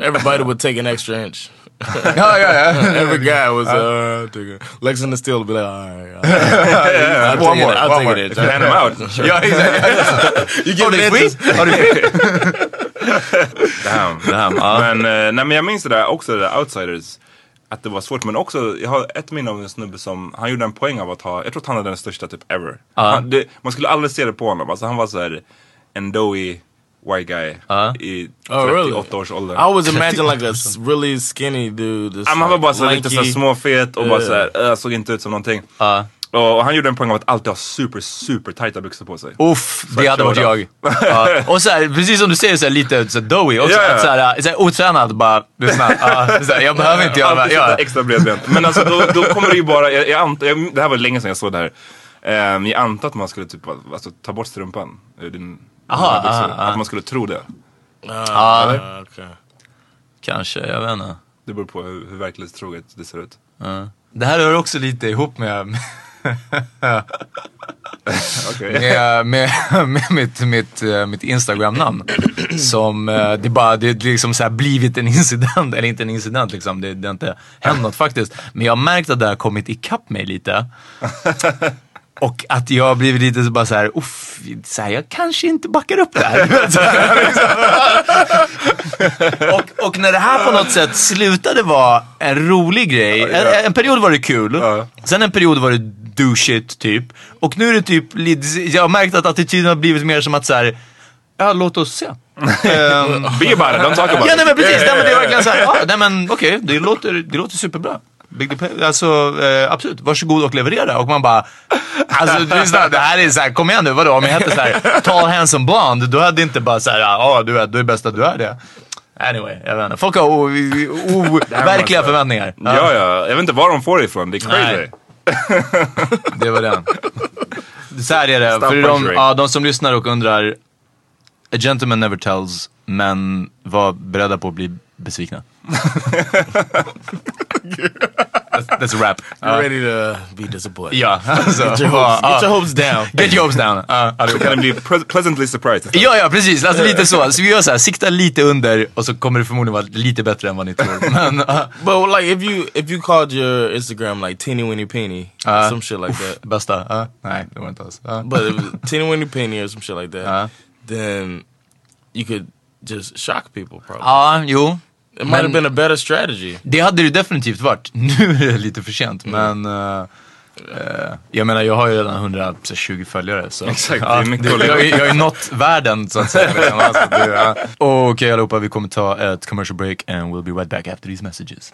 Everybody would take an extra inch.
Ja, ja, ja.
Every guy was Oh, uh, take a- Lex and the Steel would be like, all right, all right. I'll take it. I'll take it.
Hand them out.
ja, exakt. Oh, You
det
Har du skit?
Damn.
Damn, ja.
Men, eh, nej, men jag minns det där också, det där outsiders. Att det var svårt, men också, jag har ett minne av en snubbe som, han gjorde en poäng av att ha, jag tror att han hade den största typ ever. Han, det, man skulle aldrig se det på honom, alltså han var såhär en doughy white guy i 38
Oh, really?
års ålder.
I always imagine like a s- really skinny dude. just
Ja, men han var
like
bara såhär lite såhär
lanky.
småfet och bara
Eh.
såhär, eh, såg inte ut som någonting.
Ja.
Och, och han gjorde en poäng av att alltid ha super, super tajta byxor på sig.
Uff, det hade varit jag. Ja. Och så här, precis som du säger, så här, lite så här, doughy också.
Ja, ja.
Att så här, eh, så här, otränad bara, lyssna. Ja, så här, jag behöver inte göra
Alltid
det. här.
sitta extra bredbent. Men alltså då, då kommer det ju bara, jag, jag antar, jag, det här var länge sedan jag såg det här. Ehm, jag antar att man skulle typ bara, alltså, ta bort strumpan ur din
Aha,
din byxor.
aha, aha.
Att man skulle tro det.
Ja,
Ah,
Uh,
okay.
kanske, jag vet inte.
Det beror på hur, hur verklighetstroget det ser ut.
Ja. Det här hör också lite ihop med,
Okej.
med, med, med mitt, mitt, eh, mitt Instagram-namn. Som, eh, det bara, det är liksom så här blivit en incident, eller inte en incident liksom, det, det har inte hänt något faktiskt. Men jag har märkt att det har kommit ikapp mig lite. Och att jag har blivit lite så bara så här, uff, så här, jag kanske inte backar upp det här. Så här, liksom. och, och när det här på något sätt slutade vara en rolig grej, en, en period var det kul,
Ja.
sen en period var det douchigt typ. Och nu är det typ, lite- jag har märkt att attityden har blivit mer som att så här, ja låt oss se. Ehm,
Be about it, don't talk about
Ja,
it.
nej men precis. Nej, men det är verkligen så här, ja, nej men okej, det, låter, det låter superbra. Big Dep- Alltså eh, absolut, varsågod och leverera. Och man bara, alltså lyssna, det här är så här, kom igen nu, vadå? Om jag hette så här, tall, handsome, blond, då hade inte bara så här, ja du, är, du är bäst att du är det. Anyway, jag vet inte. Folk har o- o- overkliga
massa-
alltså-
förväntningar.
Ja, ja. Jag vet inte var de får det ifrån, det är crazy.
Nej. Det var den. Så här är det,
Stop
för de,
puncturing.
ja, de som lyssnar och undrar, a gentleman never tells, men var beredda på att bli besvikna. That's a wrap.
You're
Ja.
ready to be disappointed.
Ja, alltså.
Get your hopes, get your hopes down.
Get your hopes down. Ja,
Så
allihopa.
kan Alltså, det bli pre- pleasantly surprised.
ja, ja, precis. Alltså lite så. Så vi gör så här, sikta lite under och så kommer det förmodligen vara lite bättre än vad ni tror. Men, ja.
But like if you if you called your Instagram like Teeny Winnie Penny
Uh,
Uh-huh.
or some shit like that.
bästa. Ja. nej, det var inte alls. Ja.
But if it was Teeny Winnie Penny or some shit like that,
Uh-huh.
Uh.
then you could just shock people probably.
Uh,
Ja, jo.
it might
men-
have been a better strategy.
Det hade det definitivt varit. Nu är det lite för sent.
Mm.
Men eh, eh, jag menar, jag har ju redan 120 följare. Så.
Exakt,
Ja,
det är mycket att
det-
leva
jag, jag har ju nått världen så att säga. redan, Alltså, det, ja. Okej allihopa, vi kommer ta ett commercial break and we'll be right back after these messages.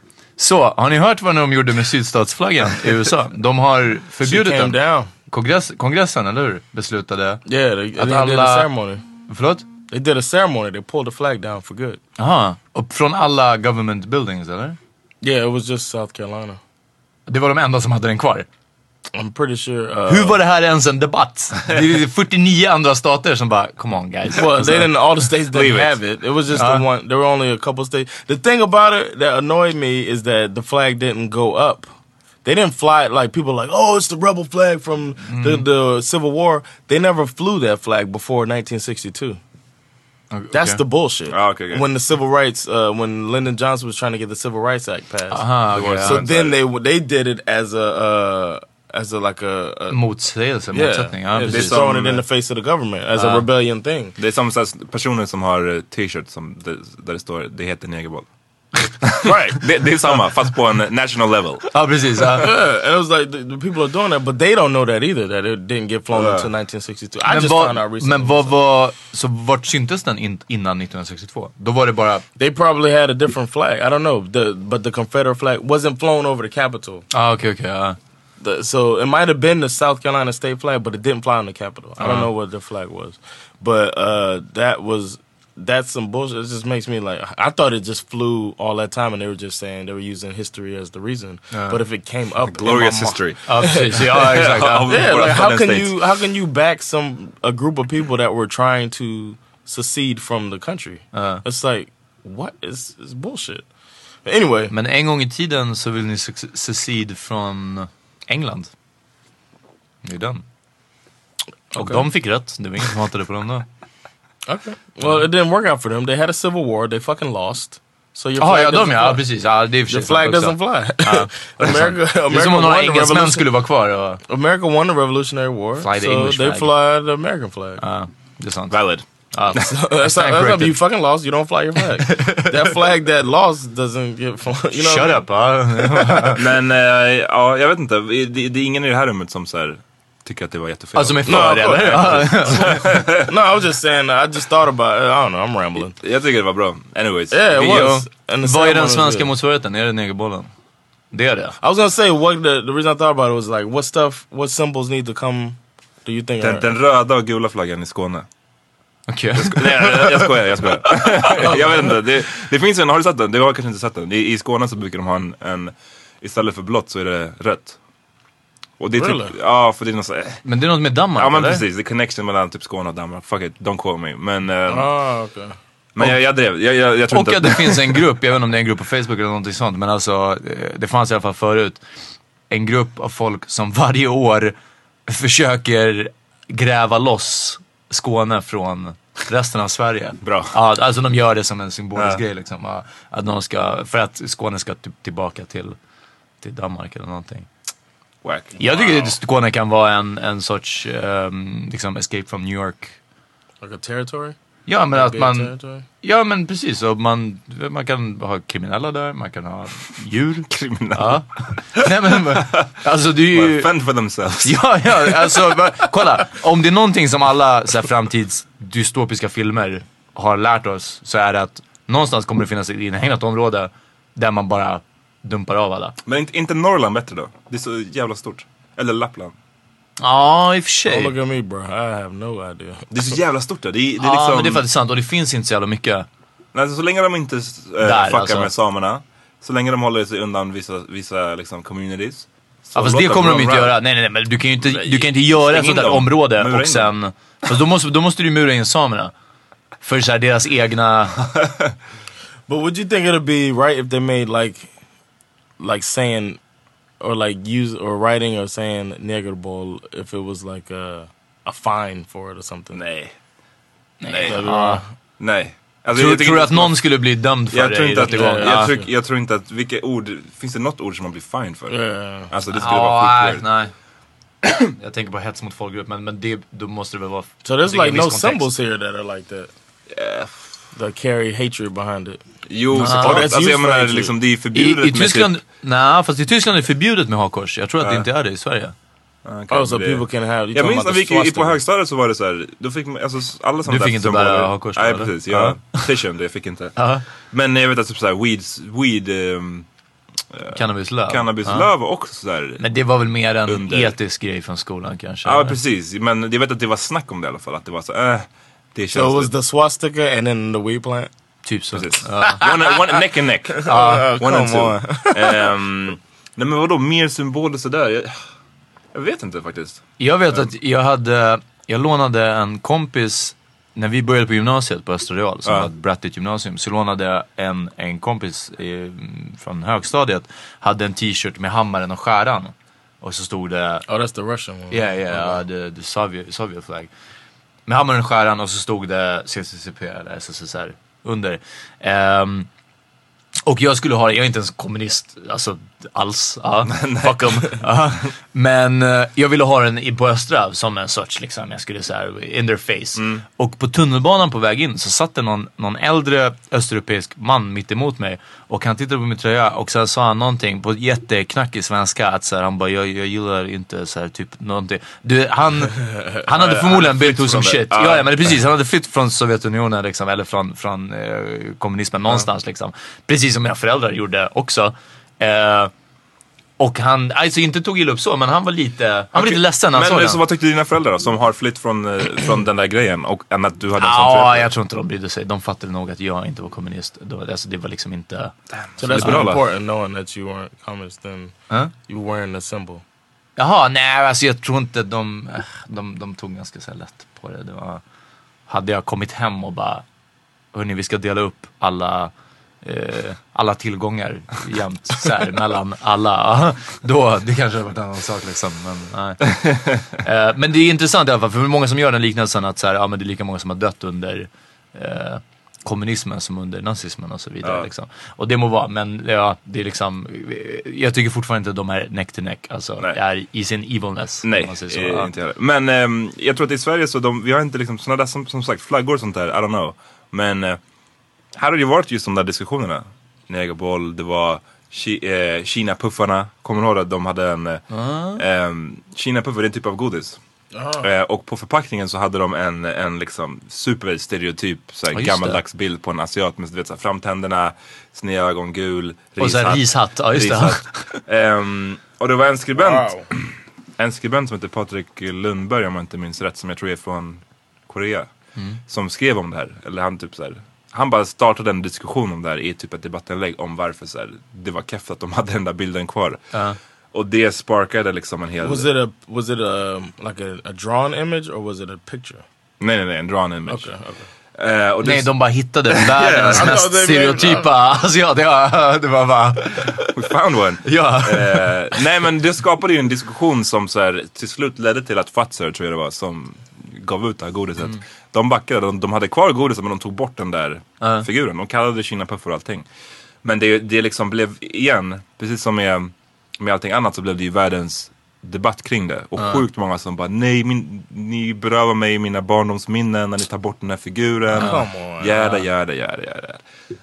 Så, har ni hört vad de gjorde med sydstatsflaggan i USA? De har
She
förbjudit
came
den.
down.
Kongress, kongressen, eller hur? Beslutade.
Yeah, they,
Att
they did a
alla-
ceremony.
Förlåt?
They did a ceremony. They pulled the flag down for good.
Aha. Och från alla government buildings, eller?
Yeah, it was just South Carolina.
Det var de enda som hade den kvar.
I'm pretty sure. Uh,
Hur var det här ens en debatt? Det är 49 andra stater som bara, come on guys. Alltså,
Well, they didn't. All the states
Leave
didn't
it.
have it. It was just
Uh-huh.
the one. There were only a couple states. The thing about it that annoyed me is that the flag didn't go up. They didn't fly it like people like, oh, it's the rebel flag from the, the Civil War. They never flew that flag before 1962. That's the bullshit.
Ah, okay, okay.
When the civil rights, uh, when Lyndon Johnson was trying to get the Civil Rights Act passed,
Uh-huh.
Aha, Ah, okej,
so
ja.
then they they did it as a uh, as a like a, a
Motsägelse, motsättning. Ja,
yeah, they
precis.
så-
throwing it in the face of the government as
Ah.
a rebellion thing.
Det är som så här personer som har eh, t-shirts som det, där det står det heter negerboll. right. det, det är samma fast på en national level.
Ja, precis. Ja.
Yeah, and it was like the, the people are doing that, but they don't know that either. That it didn't get flown
Yeah.
until 1962. I
Men,
just found out
vad,
recently.
men vad var, så vart syntes den in, innan 1962? Då var det bara,
they probably had a different flag. I don't know. The, but the Confederate flag wasn't flown over the Capitol,
ah, okej, okej. ja.
The- so it might have been the South Carolina state flag, but it didn't fly on the Capitol. I don't
Uh-huh.
know what the flag was, but uh, that was that's some bullshit. It just makes me like I thought it just flew all that time, and they were just saying they were using history as the reason. But if it came up, in
Uh-huh. Glorious
my mi-
history.
Ja, precis. Ja, exakt. ja.
Av
Yeah,
våra
like how
southern
can
states.
you how can you back some a group of people that were trying to secede from the country?
Uh-huh.
it's like what is is bullshit. But anyway,
Men en gång i tiden så vill ni sec- secede från England. Det är den. Och de fick rätt. Det var ingen som hatade på dem då.
okay. Well, it didn't work out for them. They had a civil war. They fucking lost. So your
Jaha,
flag
ja de
doesn't
ja. ja,
fly.
precis. Ja, det är i och för
Your
sig sant
flag
också.
doesn't fly.
det är sant.
America,
Det är
America
som om några
won the
engelsmän
revolution-
skulle vara kvar. Och,
America won the Revolutionary War.
Fly the
so
English
they
flag. Uh,
fly the American flag. Uh,
ja, det är sant.
Valid.
Ja.
that's how,
stand
that's how
corrected.
you fucking lost. You don't fly your flag. that flag that lost doesn't get flown. You know
Shut up! Ja.
Men eh, ja, jag vet inte. Det, det är ingen i det här rummet som så här, tycker att det var jättefel.
Alltså med för
Ja,
eller? Ja.
No, I was just saying. uh, I just thought about. It. I don't know. I'm rambling.
Jag tycker det var bra. Anyways.
Yeah, it
vi-
was. And the
Vad är
ceremony
den
was
svenska
good.
motsvarigheten? Är det negerbollen? Det är det.
I was gonna say what the, the reason I thought about it was like what stuff, what symbols need to come. Do you think?
Den,
are-
den röda och gula flaggan i Skåne.
Okej.
Nej, jag- jag skojar, jag skojar. jag vet inte. Det, det finns en, har du sett den? Du har kanske inte sett den. I, i Skåne så brukar de ha en, en, istället för blått så är det rött. Och det är
Really?
typ, ja för det är något så, eh.
Men det är något med Danmark
Ja men
eller?
precis, the connection mellan typ Skåne och Danmark. Fuck it, don't call me. Men, eh,
Ah, okay.
men jag, jag drev, jag, jag, jag tror
Och
inte
att det finns en grupp, jag vet inte om det är en grupp på Facebook eller någonting sånt, men alltså eh, det fanns i alla fall förut en grupp av folk som varje år försöker gräva loss Skåne från resten av Sverige.
Bra.
Ja, alltså de gör det som en symbolisk
Ja.
grej liksom. Ja, Att någon ska, för att Skåne ska typ tillbaka till, till Danmark eller någonting.
Whack.
Jag tycker att Skåne kan vara en, en sorts ehm, liksom escape from New York.
Like a territory.
Ja men att
Big
man,
territory?
Ja men precis, och man, man kan ha kriminella där, man kan ha djur.
Kriminella.
Ja. Nej men, alltså det är ju...
Fend for themselves.
Ja, ja, alltså va- kolla. Om det är någonting som alla så här, framtidsdystopiska filmer har lärt oss så är det att någonstans kommer det finnas ett inhägnat område där man bara dumpar av alla.
Men inte, inte Norrland bättre då? Det är så jävla stort. Eller Lappland.
Ja, i och för
Don't
sig.
Oh, look at me, bro. I have no idea.
Det är så jävla stort där. Det är, det
Alltså-
är
Ja,
liksom...
men det är faktiskt sant och det finns inte så jävla mycket.
Nej, så, så länge de inte äh, fuckar
alltså.
med samerna, så länge de håller sig undan vissa, vissa liksom, communities. så
Ja, fast
låt
det
dem
kommer de
roam
inte
around.
göra. Nej, nej, nej, men du kan ju inte, du kan inte göra
Stäng
ett sånt
in
där
dem.
område
Mura in
och sen... Fast då måste, då måste du mura in samerna. För så här, deras egna...
But would you think it'd be right if they made like, like saying, or like use or writing or saying negerable if it was like a a fine for it or something?
Nej. Nej.
That'd be
Ja.
wrong.
Nej. Alltså,
Tror,
jag tycker
tror du
inte
att någon skulle bli dömd för
Jag
det
tror, inte
i
att,
rättegång?
jag,
Ja.
tror, jag tror inte att, vilka ord, finns det något ord som man blir fine för?
Yeah.
Alltså det skulle
Ja,
vara
nej,
skitweird.
nej. Jag tänker på hets mot folkgrupp, men, men det, då måste det väl vara...
So there's
det är en
like no
viss kontext.
symbols here that are like that. Yeah. That carry hatred behind it.
Jo,
Och
såklart.
det är
Alltså jag
useful
menar
actually.
liksom, det är
I,
förbjudet
i Tyskland...
med typ-
Nej, fast i Tyskland är det förbjudet med hakkors. Jag tror att det inte är det i Sverige.
typ...
Oh, so
Alltså,
people can have. You
Jag
talking
minns
about
när
the
vi gick i- på
swastika.
högstadiet så var det så här, då fick man, alltså s- alla sådana
Du fick inte
där symboler-
bära hakkors då,
Nej
eller?
precis, jag tillkände, jag fick inte.
Ja.
Men jag vet att typ såhär weeds, weed, ehm,
Cannabislöv.
cannabislöv var också sådär.
Men det var väl mer en
Under.
etisk grej från skolan kanske?
Ja
eller?
precis, men jag vet att det var snack om det i alla fall. Att det var så, eh, det känns...
So it was the swastika and then the weed plant.
Typ så.
Precis.
Ja.
one, one, neck and neck. one and
come
two. Ehm, nej men vadå, mer symboler sådär? Jag, jag vet inte faktiskt.
Jag vet att jag hade, jag lånade en kompis, när vi började på gymnasiet på Östra Real, som
Ja.
var ett brattigt gymnasium, så lånade jag en, en kompis eh, från högstadiet, hade en t-shirt med hammaren och skäran. Och så stod det
Oh, that's the Russian one.
Yeah, yeah, uh, the, the Soviet, Soviet flag. Med hammaren och skäran och så stod det CCCP eller SSSR under. Ehm, och jag skulle ha det, jag är inte ens kommunist alltså, alls. Ja, fuck them. Ja. Men eh, jag ville ha den i- på Östra som en sorts, liksom, jag skulle säga, in their face. Och på tunnelbanan på väg in så satt det någon, någon äldre östeuropeisk man mitt emot mig. Och han tittade på min tröja och sen sa han någonting på jätteknackig svenska. Att så här, han bara, jag, jag gillar inte så här, typ någonting. Du, han, han hade förmodligen blivit hos som
från
shit.
det.
Ja, ja, men det är precis. Han hade flytt från Sovjetunionen liksom, eller från, från eh, kommunismen någonstans. Liksom. Precis som mina föräldrar gjorde också. Eh, och han, alltså inte tog illa upp så, men han var lite, han var lite ledsen när han
Men
såg
eh,
den.
så vad tyckte dina föräldrar då, som har flytt från, eh, från den där grejen och än att du hade en sån
Ja,
tröja?
jag tror inte de brydde sig. De fattade nog att jag inte var kommunist. Det var, alltså, det var liksom inte...
So that's more
Liberala.
important knowing that you weren't communist than
Huh?
you wearing the symbol.
Jaha, nej alltså jag tror inte de, eh, de, de tog ganska så här lätt på det. det var, hade jag kommit hem och bara, hörni vi ska dela upp alla, eh, alla tillgångar jämt så här, mellan alla. Då, det kanske hade varit en annan sak liksom. Men, nej. Eh, men det är intressant i alla fall, för det är många som gör den liknelsen att så här, ja, men det är lika många som har dött under eh, kommunismen som under nazismen och så vidare.
Ja.
Liksom. Och det må vara, men ja, det är liksom, eh, jag tycker fortfarande inte att de är neck to neck, alltså
Nej.
är i sin evilness. om
Nej,
man säger så.
eh,
Ja.
inte heller. Men ehm, jag tror att i Sverige så de, vi har inte liksom sådana där som, som sagt flaggor och sånt där, I don't know. Men eh, här har det ju varit just de där diskussionerna. Negerboll, det var Ki- eh, Kina-puffarna. Kommer du ihåg att de hade en... eh, ehm, Kina-puffar, det är en typ av godis. Eh, och på förpackningen så hade de en, en liksom superstereotyp såhär,
Ja, just
gammaldags bild på en asiat med du vet, såhär, framtänderna, sneda ögon, gul, rishatt.
Och så här rishatt, ja just det.
rishatt. Ehm, och det var en skribent, en skribent som heter Patrik Lundberg om jag inte minns rätt, som jag tror är från Korea.
Mm.
Som skrev om det här. Eller han typ så här, han bara startade en diskussion om det här i typ ett debattinlägg om varför så här, det var keft att de hade den där bilden kvar. Och det sparkade liksom en hel...
Was it a was it a like a, a drawn image or was it a picture?
Nej nej nej, en drawn image.
Okay, okay.
Eh, och det
Nej, de bara hittade världens
I
mest
thought they made-
stereotypa asiat. Ja, det var bara...
We found one.
Ja.
Eh, nej men det skapade ju en diskussion som så här, till slut ledde till att Fatser tror jag det var som gav ut det här godiset.
Mm.
De backade, de, de hade kvar godiset men de tog bort den där figuren. De kallade det Kina Puff och allting. Men det, det liksom blev igen, precis som med, med allting annat så blev det ju världens debatt kring det. Och sjukt många som bara nej, min, ni berövar mig mina barndomsminnen när ni tar bort den här figuren.
Come on.
Jäda, jäda, jäda, jäda.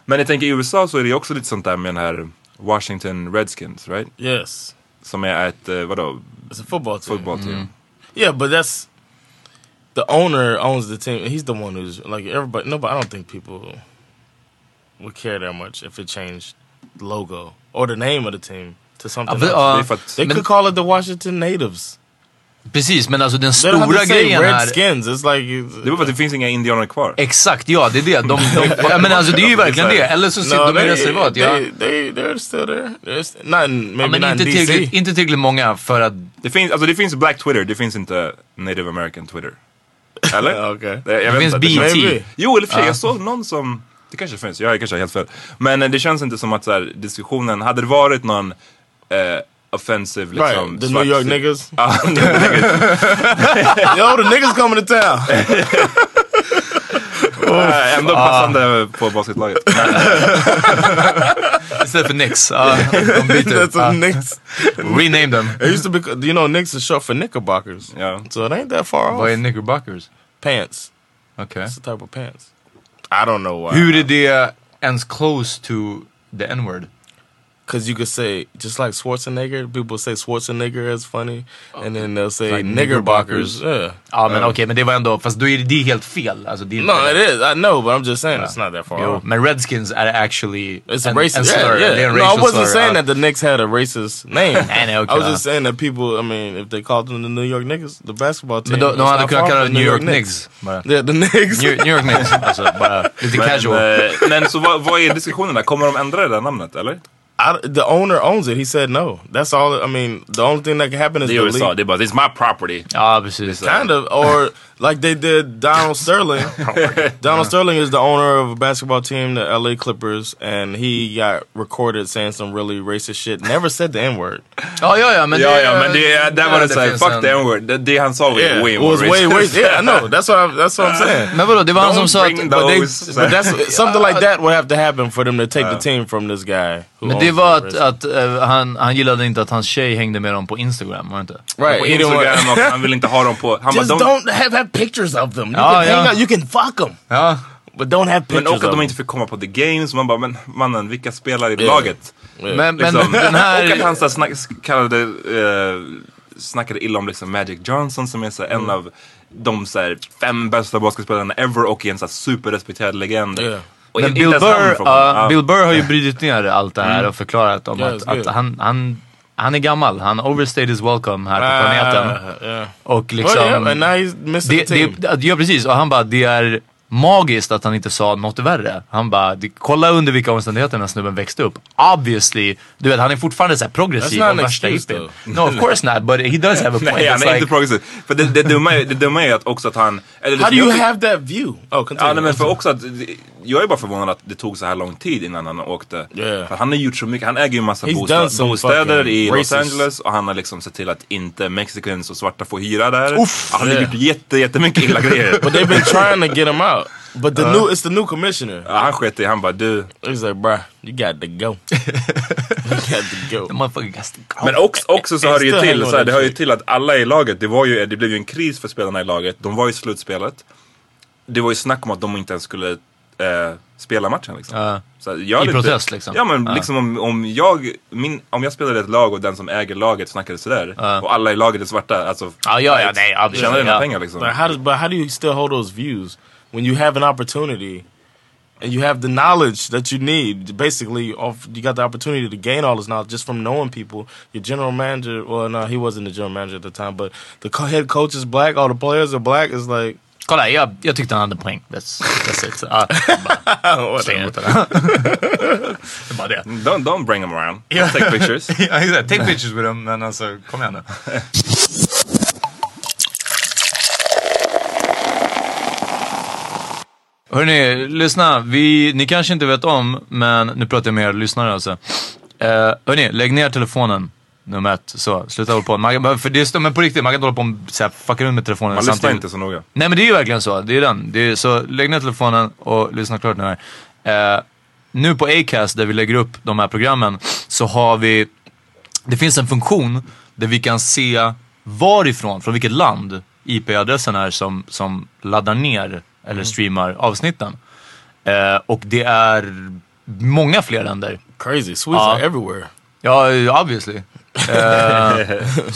Men jag tänker i USA så är det ju också lite sånt där med den här Washington Redskins, right?
Yes,
Som är ett, eh, vadå,
it's a football team.
fotbollsteam.
Yeah, but that's the owner owns the team. He's the one who's like everybody. Nobody. I don't think people would care that much if it changed the logo or the name of the team to something.
Ja, för-
else.
ja.
Det är för att-
they
men-
could call it the Washington Natives.
Precis, men alltså den
They don't have
stora
to say
grejen här...
Redskins. It's like
Det var för att det finns inga indianer kvar.
Eh. Exakt, ja det är det. De, de, ja, men alltså det är ju verkligen det. Eller så sitter de i reservat. Ja.
they, they they're still there. They're st not in, maybe
Ja, men
not
inte
in DC.
tillräckligt, inte tillräckligt många för att...
Det finns, alltså det finns black Twitter, det finns inte native american Twitter. Eller?
Ja, okej.
Det, jag vet
Det finns
inte, känns-
BT.
Maybe.
Jo, eller för sig, jag såg någon som... Det kanske finns, jag kanske har helt fel. Men eh, det känns inte som att så här, diskussionen, hade det varit någon eh, offensive
Right,
liksom...
the
svart-
New York niggas.
Ja, New York niggas.
Yo, the niggas coming to town.
Eh, Ändå passande på basketlaget. eh,
Istället för Nix. Ja, de byter.
That's
Ja.
a Knicks.
Rename them.
It used to be, you know, Knicks is short for knickerbockers.
Ja.
So it ain't that far off.
Vad är knickerbockers?
pants.
Okej.
It's a type of pants. I don't know why.
Hur är det ens close to the n-word?
Because you could say, just like Schwarzenegger, people say Schwarzenegger is funny. And then they'll say
Like
niggerbockers.
niggerbockers.
Yeah.
Ja men okej, men det var ändå... Fast då är det, det är helt fel. Alltså, det är inte-
No, it is. I know, but I'm just saying it's not that far
Jo,
off.
men Redskins är actually
It's a
en- en
racist
slur.
Yeah,
Det är
yeah.
en
No, I
racial
wasn't
slur,
saying
ja.
that the Knicks had a racist name.
Nej, nej, okej,
I was
ja.
just saying that people, I mean, if they called them the New York Knicks, the basketball team.
Men de,
it's
de
not
hade kunnat
far
kalla det
from
New York Knicks. bara.
Yeah, the Knicks.
New, New York Knicks. Alltså bara lite casual.
Men, eh, men så vad, vad är diskussionen där? Kommer de ändra det där namnet eller?
I, the owner owns it. He said no. That's all. I mean, the only thing that can happen is
Det är
the
USA,
league.
det är bara “This is my property”.
Ja precis.
Kind of, or like they did Donald Sterling.
Oh,
Donald Sterling is the owner of a basketball team, the LA Clippers, and he got recorded saying some really racist shit. Never said the N word.
Ja ja ja men
Ja, ja, men det, är- där var det
där
såhär,
finns
fuck
en-
the n-word. Det, det han sa var
Yeah,
way
it
more
was way
racist.
racist. Yeah, I know. That's what I'm, that's what I'm saying.
Men vadå, det var han som sa att...
bring
but they-
those.
But that's something like that would have to happen for them to take
Uh,
the team from this guy. who
Men
owns the
det var att,
racist-
att eh, han, han gillade inte att hans tjej hängde med dem på Instagram, var det inte?
right.
På
he didn't want-
Instagram och han vill inte ha dem på... Han bara,
Just
de,
don't have, have pictures of them. You
Oh,
can hang
yeah.
out. You can fuck them,
Ja.
but don't have pictures
men och
of
att de
them.
inte fick komma på the games. Man bara, men mannen, vilka spelar i
Yeah.
laget?
Men, men
Liksom.
den
Och att
här...
han så här snack, kallade, eh, snackade illa om liksom Magic Johnson som är så här, en av de så här, fem bästa basketspelarna ever och är en så här, superrespekterad legend.
Yeah.
Och
Men
inte
Bill
ens namn
Burr,
får komma.
eh,
Ja. Mm.
Bill Burr har ju brutit ner allt det här och förklarat om
Ja,
att,
det är
att
det.
han, han, han är gammal. Han overstayed his welcome här på planeten.
Ah, yeah.
Oh,
Och
Well, eh, yeah,
liksom...
but now he's missing
det,
the team.
det, att- ja precis, och han bara det är magiskt att han inte sa något värre. Han bara, "Det- kolla under vilka omständigheter den här snubben växte upp. Obviously, du vet han är fortfarande så här progressiv
That's not
och
an
värsta
excuse,
hippien. No of course not, but he does have a point.
Nej, han
It's
är
like,
inte progressiv. För det, det, dumma är, det dumma är att också att han... Eller det
How
som
do
jag
you
tycker-
have that view? Oh, continue.
Ja, nej, men för också att, jag är bara förvånad att det tog så här lång tid innan han åkte.
Yeah.
För han har gjort så mycket, han äger ju en massa
He's done
bostad,
some
bostäder
fucking
i Los
racist-
Angeles och han har liksom sett till att inte mexicans och svarta får hyra där. han har
Yeah.
gjort jätte, jättemycket illa grejer.
But they've been trying to get him out. But the
Uh-huh.
new, it's the new commissioner.
Ja, han sket i han bara du.
He's like, bruh, you got to go. you got to go.
the motherfucker has to go.
Men också, också så hör det ju
still hang
till,
on
så här, det
that
hör ju
shit.
till att alla i laget, det, var ju, det blev ju en kris för spelarna i laget. De var i slutspelet. Det var ju snack om att de inte ens skulle eh, spela matchen. Liksom.
Ja.
Så att jag
I
är
protest, liksom.
Ja men
Ja.
liksom om, om, jag, min, om jag spelade i ett lag och den som äger laget snackade sådär och alla i laget är svarta, alltså
Oh yeah, yeah, they
tjänar
obviously.
dina
yeah.
pengar liksom.
But how does but how do you still hold those views when you have an opportunity and you have the knowledge that you need? Basically, off you got the opportunity to gain all this knowledge just from knowing people. Your general manager, well, no, he wasn't the general manager at the time, but the co- head coach is black. All the players are black. It's like
Kolla, jag, jag tyckte han hade en poäng. That's, that's it. Ja, bara, slänger ut den. Det är bara det.
Don't, don't bring them around.
Ja.
Take pictures.
Ja, exakt. Take pictures with them, men alltså kom igen nu. Hörni, lyssna. Vi, ni kanske inte vet om, men nu pratar jag med er lyssnare alltså. Eh, hörni, lägg ner telefonen. Nummer ett. Så, sluta hålla på. Man, kan- för det, står- men på riktigt, man kan inte hålla på och så här, fucka runt med telefonen
Man lyssnar
samtidigt.
inte så noga.
Nej men det är ju verkligen så. Det är den. Det är, så lägg ner telefonen och lyssna klart nu här. Eh, nu på Acast där vi lägger upp de här programmen så har vi, det finns en funktion där vi kan se varifrån, från vilket land IP-adressen är som, som laddar ner
Mm.
eller streamar avsnitten. Eh, och det är många fler länder.
crazy. Swedes
Uh,
are everywhere.
Ja, obviously. Eh, så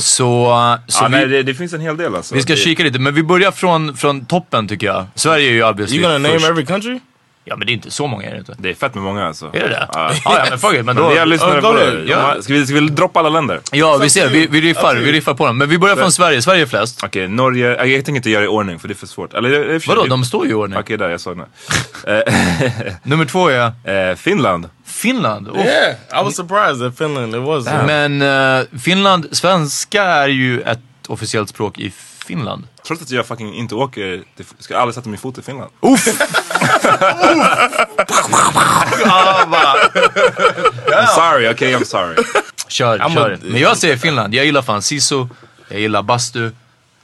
så
ja, nej,
vi,
det, det finns en hel del alltså.
vi ska
det,
kika lite, men vi börjar från, från toppen tycker jag. Sverige är ju obviously
You gonna name
först.
every country?
Ja men det är inte så många är det inte.
det är fett med många alltså.
Är det det?
Ja.
Ja, ja men fuck it. Men
Men
då,
det jag lyssnade
Ja,
på
go
det.
ahead. Ja,
Ska, vi, ska vi droppa alla länder?
ja vi ser. Vi, vi, riffar, vi riffar på dem. Men vi börjar från Sverige. Sverige är flest.
Okej, Norge. Jag, jag tänker inte göra det i ordning för det är för svårt. Eller, jag- jag-
Vadå, de står ju i ordning.
Okej, där jag sa det.
Nummer två är
Eh, Finland.
Finland. Oh.
Yeah, I was surprised that Finland it was.
Men eh, Finland, svenska är ju ett officiellt språk i Finland.
Trots att jag fucking inte åker, till, ska aldrig sätta min fot i Finland. I'm sorry, okej I'm sorry.
Kör,
Ja, men-
kör. Men jag säger Finland. Jag gillar fan sisu. Jag gillar bastu.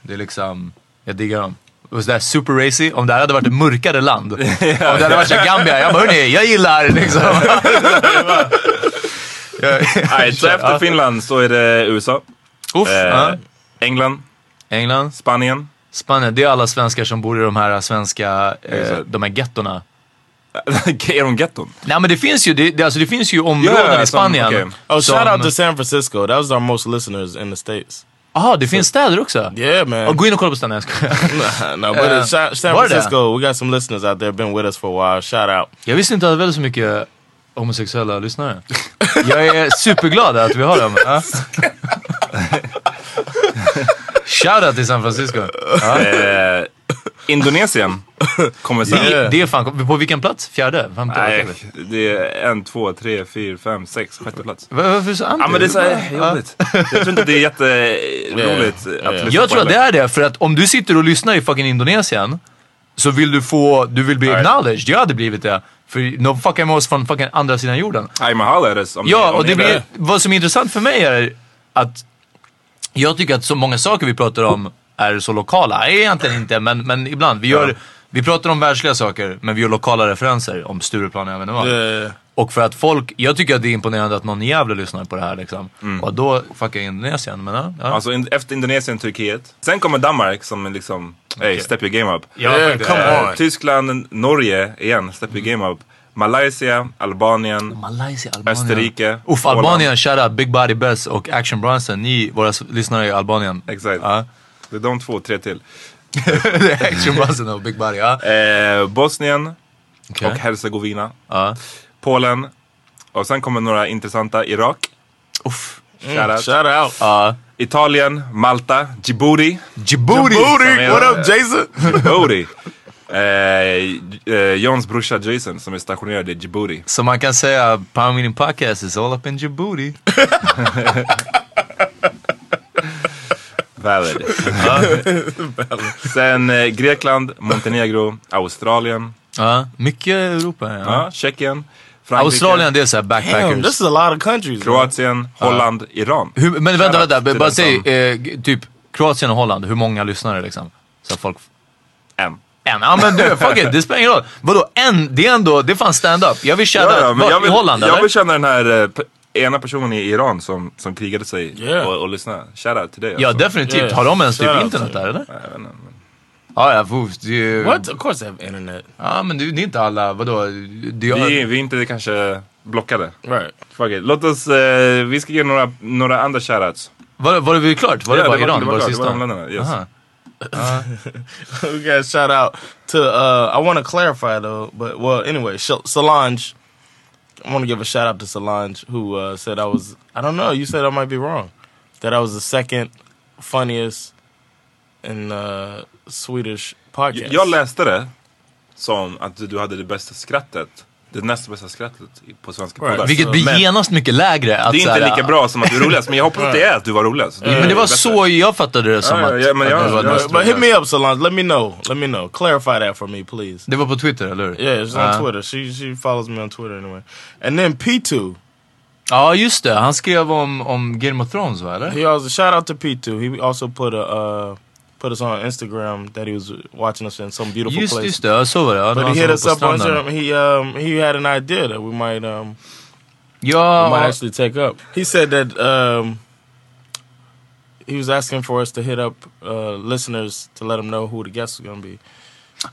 Det är liksom, jag diggar dem. Och sådär super racy. Om det här hade varit ett mörkare land. Om det hade varit så här Gambia. Jag bara, hörni, jag gillar liksom.
Nej, så efter Finland så är det USA,
Uff, ja.
eh, England,
England.
Spanien.
Spanien, det är alla svenskar som bor i de här svenska, eh,
Exakt.
de här gettorna.
är de getton?
Nej men det finns ju, det, det, alltså, det finns ju områden
Ja, ja, som-
i Spanien.
okej.
oh,
som-
shout out to San Francisco. That was our most listeners in the states.
Aha, det finns städer också?
Yeah, man.
Ja, gå in och kolla på städerna, jag skojar.
Nah, no, but
Uh,
uh, San San
what, uh,
Francisco, we got some listeners out there been with us for a while. Shout out.
Jag visste inte att vi hade så mycket homosexuella lyssnare. Jag är superglad att vi har dem. Ja. Shoutout till San Francisco. Ja.
Eh, Indonesien kommer sen.
Det, det är fan, på vilken plats? Fjärde? Femte?
Nej, det är en, två, tre, fyra, fem, sex, sjätte plats.
Var- Varför så anti?
Ja men det är såhär jobbigt. Jag tror inte det är jätteroligt att lyssna
Jag
på
tror att det
heller.
är det, för att om du sitter och lyssnar i fucking Indonesien så vill du få, du vill bli acknowledged. Jag hade blivit det. För de fuckar med oss från fucking andra sidan jorden.
Aj Mahala är det. Om
Ja,
om
och det
är
blir, vad som är intressant för mig är att jag tycker att så många saker vi pratar om är så lokala. Nej, egentligen inte, men, men ibland. Vi, gör,
Ja.
vi pratar om världsliga saker, men vi gör lokala referenser om Stureplan och jag vet inte vad. Och för att folk, jag tycker att det är imponerande att någon jävla lyssnar på det här liksom. Och då fuckar Indonesien, men ja. ja.
Mm. Alltså in, efter Indonesien, Turkiet. Sen kommer Danmark som är liksom, hey, step your game up.
Ja, Yeah, faktiskt. come
Eh,
on.
Tyskland, Norge igen, step your game up. Malaysia, Albanien.
Malaysia, Albanien.
Österrike,
Uff,
Åland.
Albanien, shoutout Big Body Bess och Action Bronson. Ni, våra s- lyssnare i Albanien.
Exakt.
Ja.
Det är de två, tre till.
Det är Action Bronson och Big Body, ja.
Eh, Bosnien
Okej.
och Herzegovina.
Ja.
Polen. Och sen kommer några intressanta. Irak.
Uff.
Shoutout.
Shout out.
Ja.
Italien, Malta, Djibouti.
Djibouti!
Djibouti, what up,
Jason?
Djibouti. eh, eh, Johns brorsa Jason som är stationerad i Djibouti.
Så man kan säga Power Meeting Podcast is all up in Djibouti.
Valid. Sen eh, Grekland, Montenegro, Australien,
Ja, mycket Europa. Ja.
ja, Tjeckien, Frankrike,
Australien det är såhär backpackers.
Damn, this is a lot of countries. man.
Kroatien, Holland, Iran.
hur, men vänta,
Shoutout
vänta.
till
Bara
den
säg
som-
eh, g- typ Kroatien och Holland, hur många lyssnare liksom? Så att folk...
En.
En? Ja men du, fuck it, det spelar ingen roll. Vadå en? Det är ändå, det är fan stand-up. Jag vill tjäna...
Ja, ja, men
Vart?
jag vill,
I Holland
Jag
eller?
vill känna den här eh, pe- ena personen i Iran som, som krigade sig
Yeah.
och, och lyssnade. Shoutout till dig.
Ja
alltså.
definitivt.
Yeah.
Har de ens typ
Shoutout
internet
till-
där eller? Ja, Ja, ja, foof. Det är ju...
What? Of course they have internet.
Ja, men du, det är inte alla, vadå? Det är,
Vi, vi är inte kanske blockade.
Right.
Fuck it. Låt oss, eh, vi ska ge några, några andra shoutouts.
var, var det vi klart? Var det bara Iran?
det var,
Var det Sistan?
klart, det var de länderna. Yes.
Aha.
we got a shout out to uh I want to clarify though, but well anyway, Sh- Solange I want to give a shout out to Solange who uh said I was I don't know, you said I might be wrong that I was the second funniest in uh Swedish
J-
podcast.
Jag läste det som att du hade det bästa skrattet. Det näst bästa skrattet i- på svenska
Right.
poddar.
Vilket blir
Men
genast mycket lägre. Att
Det är
så här, Mm.
inte lika bra som att du är roligast, men jag hoppas att det är att du var roligast. Du är
Men det var
bättre.
så jag fattade det som
Ja, ja,
att...
ja, men
att
jag-
det, var
jag-
näst-
but hit me up Solange, let me know. Let me know. Clarify that for me please.
det var på Twitter, eller hur?
Yeah, it's on
Ja.
Twitter. She she follows me on Twitter anyway. And then P2
Ja, just det. Han skrev om, om Game of Thrones, va? Eller?
He also shout out to P2. He also put a uh, put us on Instagram that he was watching us in some beautiful
Just,
place.
just det. Ja, så var det. Ja, det var
But
han
he
som
hit
var
us
på
up on
stranden.
Instagram. He um he had an idea that we might um we might
Ja,
actually take up. He said that um he was asking for us to hit up uh, listeners to let them know who the guests are gonna be.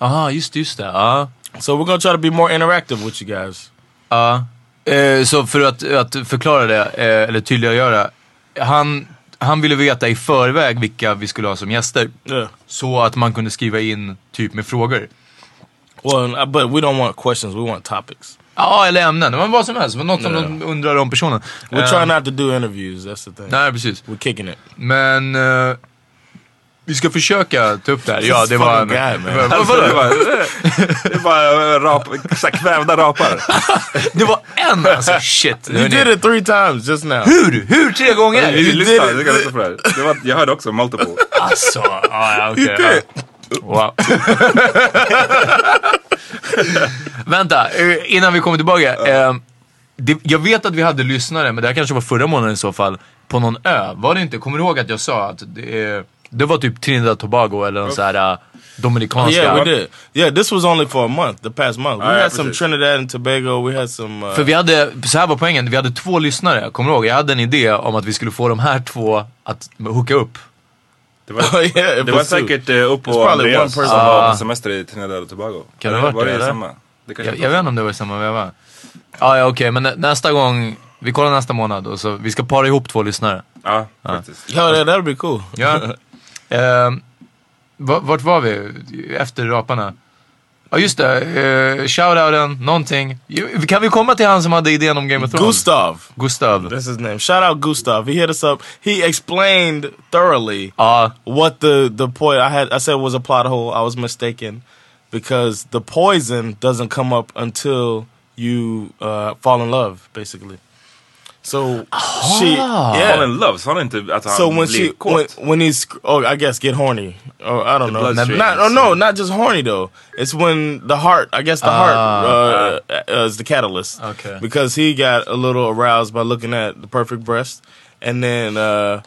aha, just, just det. Ja.
So we're gonna try to be more interactive with you guys.
Ja. Eh, så för att, att förklara det, eh, eller tydliggöra. Han, han ville veta i förväg vilka vi skulle ha som gäster.
Yeah.
Så att man kunde skriva in typ med frågor.
Well, and I- but we don't want questions. We want topics.
Ja, eller ämnen. Men vad som helst. Men något som
Ja.
de undrar om personen.
We're
Eh,
trying not to do interviews. That's the thing.
Nej, precis.
We're kicking it.
Men eh, vi ska försöka ta upp det här. Ja, det var...
fucking guy, man.
Vad- vad-
Alltså, det,
vadå?
var, det är bara rap, så här kvävda rapar.
Det var en alltså. Shit.
You did
hörni.
it three times just now.
Hur? Hur tre gånger?
Vi lyssnar,
did it.
du kan lyssna på det här. Det var, jag hörde också multiple.
Alltså, ja, ja, okej. ja. Wow. Vänta, eh, innan vi kommer tillbaka. eh, Det, jag vet att vi hade lyssnare, men det här kanske var förra månaden i så fall, på någon ö. Var det inte? Kommer du ihåg att jag sa att det, eh, det var typ Trinidad och Tobago eller någon så här eh, dominikanska...
Yeah, we did. Yeah, this was only for a month, the past month. We
All right,
had some
precis.
Trinidad and Tobago. We had some. Uh,
För vi hade, så här var poängen, vi hade två lyssnare, kommer du ihåg? Jag hade en idé om att vi skulle få de här två att hooka upp.
Det var,
Oh, yeah, it
det var
was two.
säkert eh, upp
It's
på
probably one
Andreas som
person.
var på semester i Trinidad och Tobago.
Ah. Kan det ha varit
var
det, eller?
samma? Det
Jag,
kanske
jag vet inte om det var i samma veva. Ah, Ja, ja okej, men nä- nästa gång, vi kollar nästa månad och så, vi ska para ihop två lyssnare.
Ja, faktiskt.
Yo, that, that'll be cool.
Ja. Ehm, va- vart var vi efter raparna? Ja just det, uh, shoutouten, någonting. Ju- Kan vi komma till han som hade idén om Game of Thrones?
Gustav.
Gustav.
That's his name. Shout out Gustav. He hit us up. He explained thoroughly
Ja,
what the the point I had. I said was a plot hole. I was mistaken because the poison doesn't come up until you uh, fall in love, basically. So she,
Oh. Fall
yeah.
in love, sa han inte att han
So when
blev
she when,
kåt?
when he's sc- oh I guess get horny or I don't know
bloodstream.
not oh no not just horny though it's when the heart I guess the heart uh, uh, is the catalyst
Okay.
because he got a little aroused by looking at the perfect breast and then uh,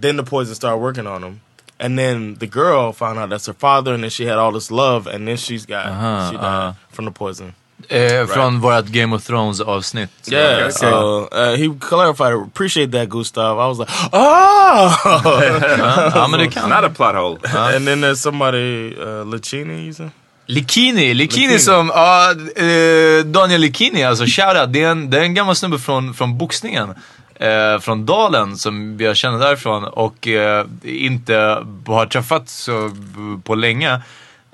then the poison started working on him and then the girl found out that's her father and then she had all this love and then she's got she died from the poison
eh, från vårt Game of Thrones avsnitt.
yeah so uh, he clarified it. appreciate that Gustav I was like oh.
Ja men det kan.
Not a plot hole.
And then there's somebody, uh, Lachini, you said?
Likini, Likini
Likini.
som, ja, eh, Daniel Likini alltså, shoutout. Det är en, det är en gammal snubbe från, från boxningen. Eh, från Dalen som jag känner därifrån och eh, inte har träffat så b- på länge.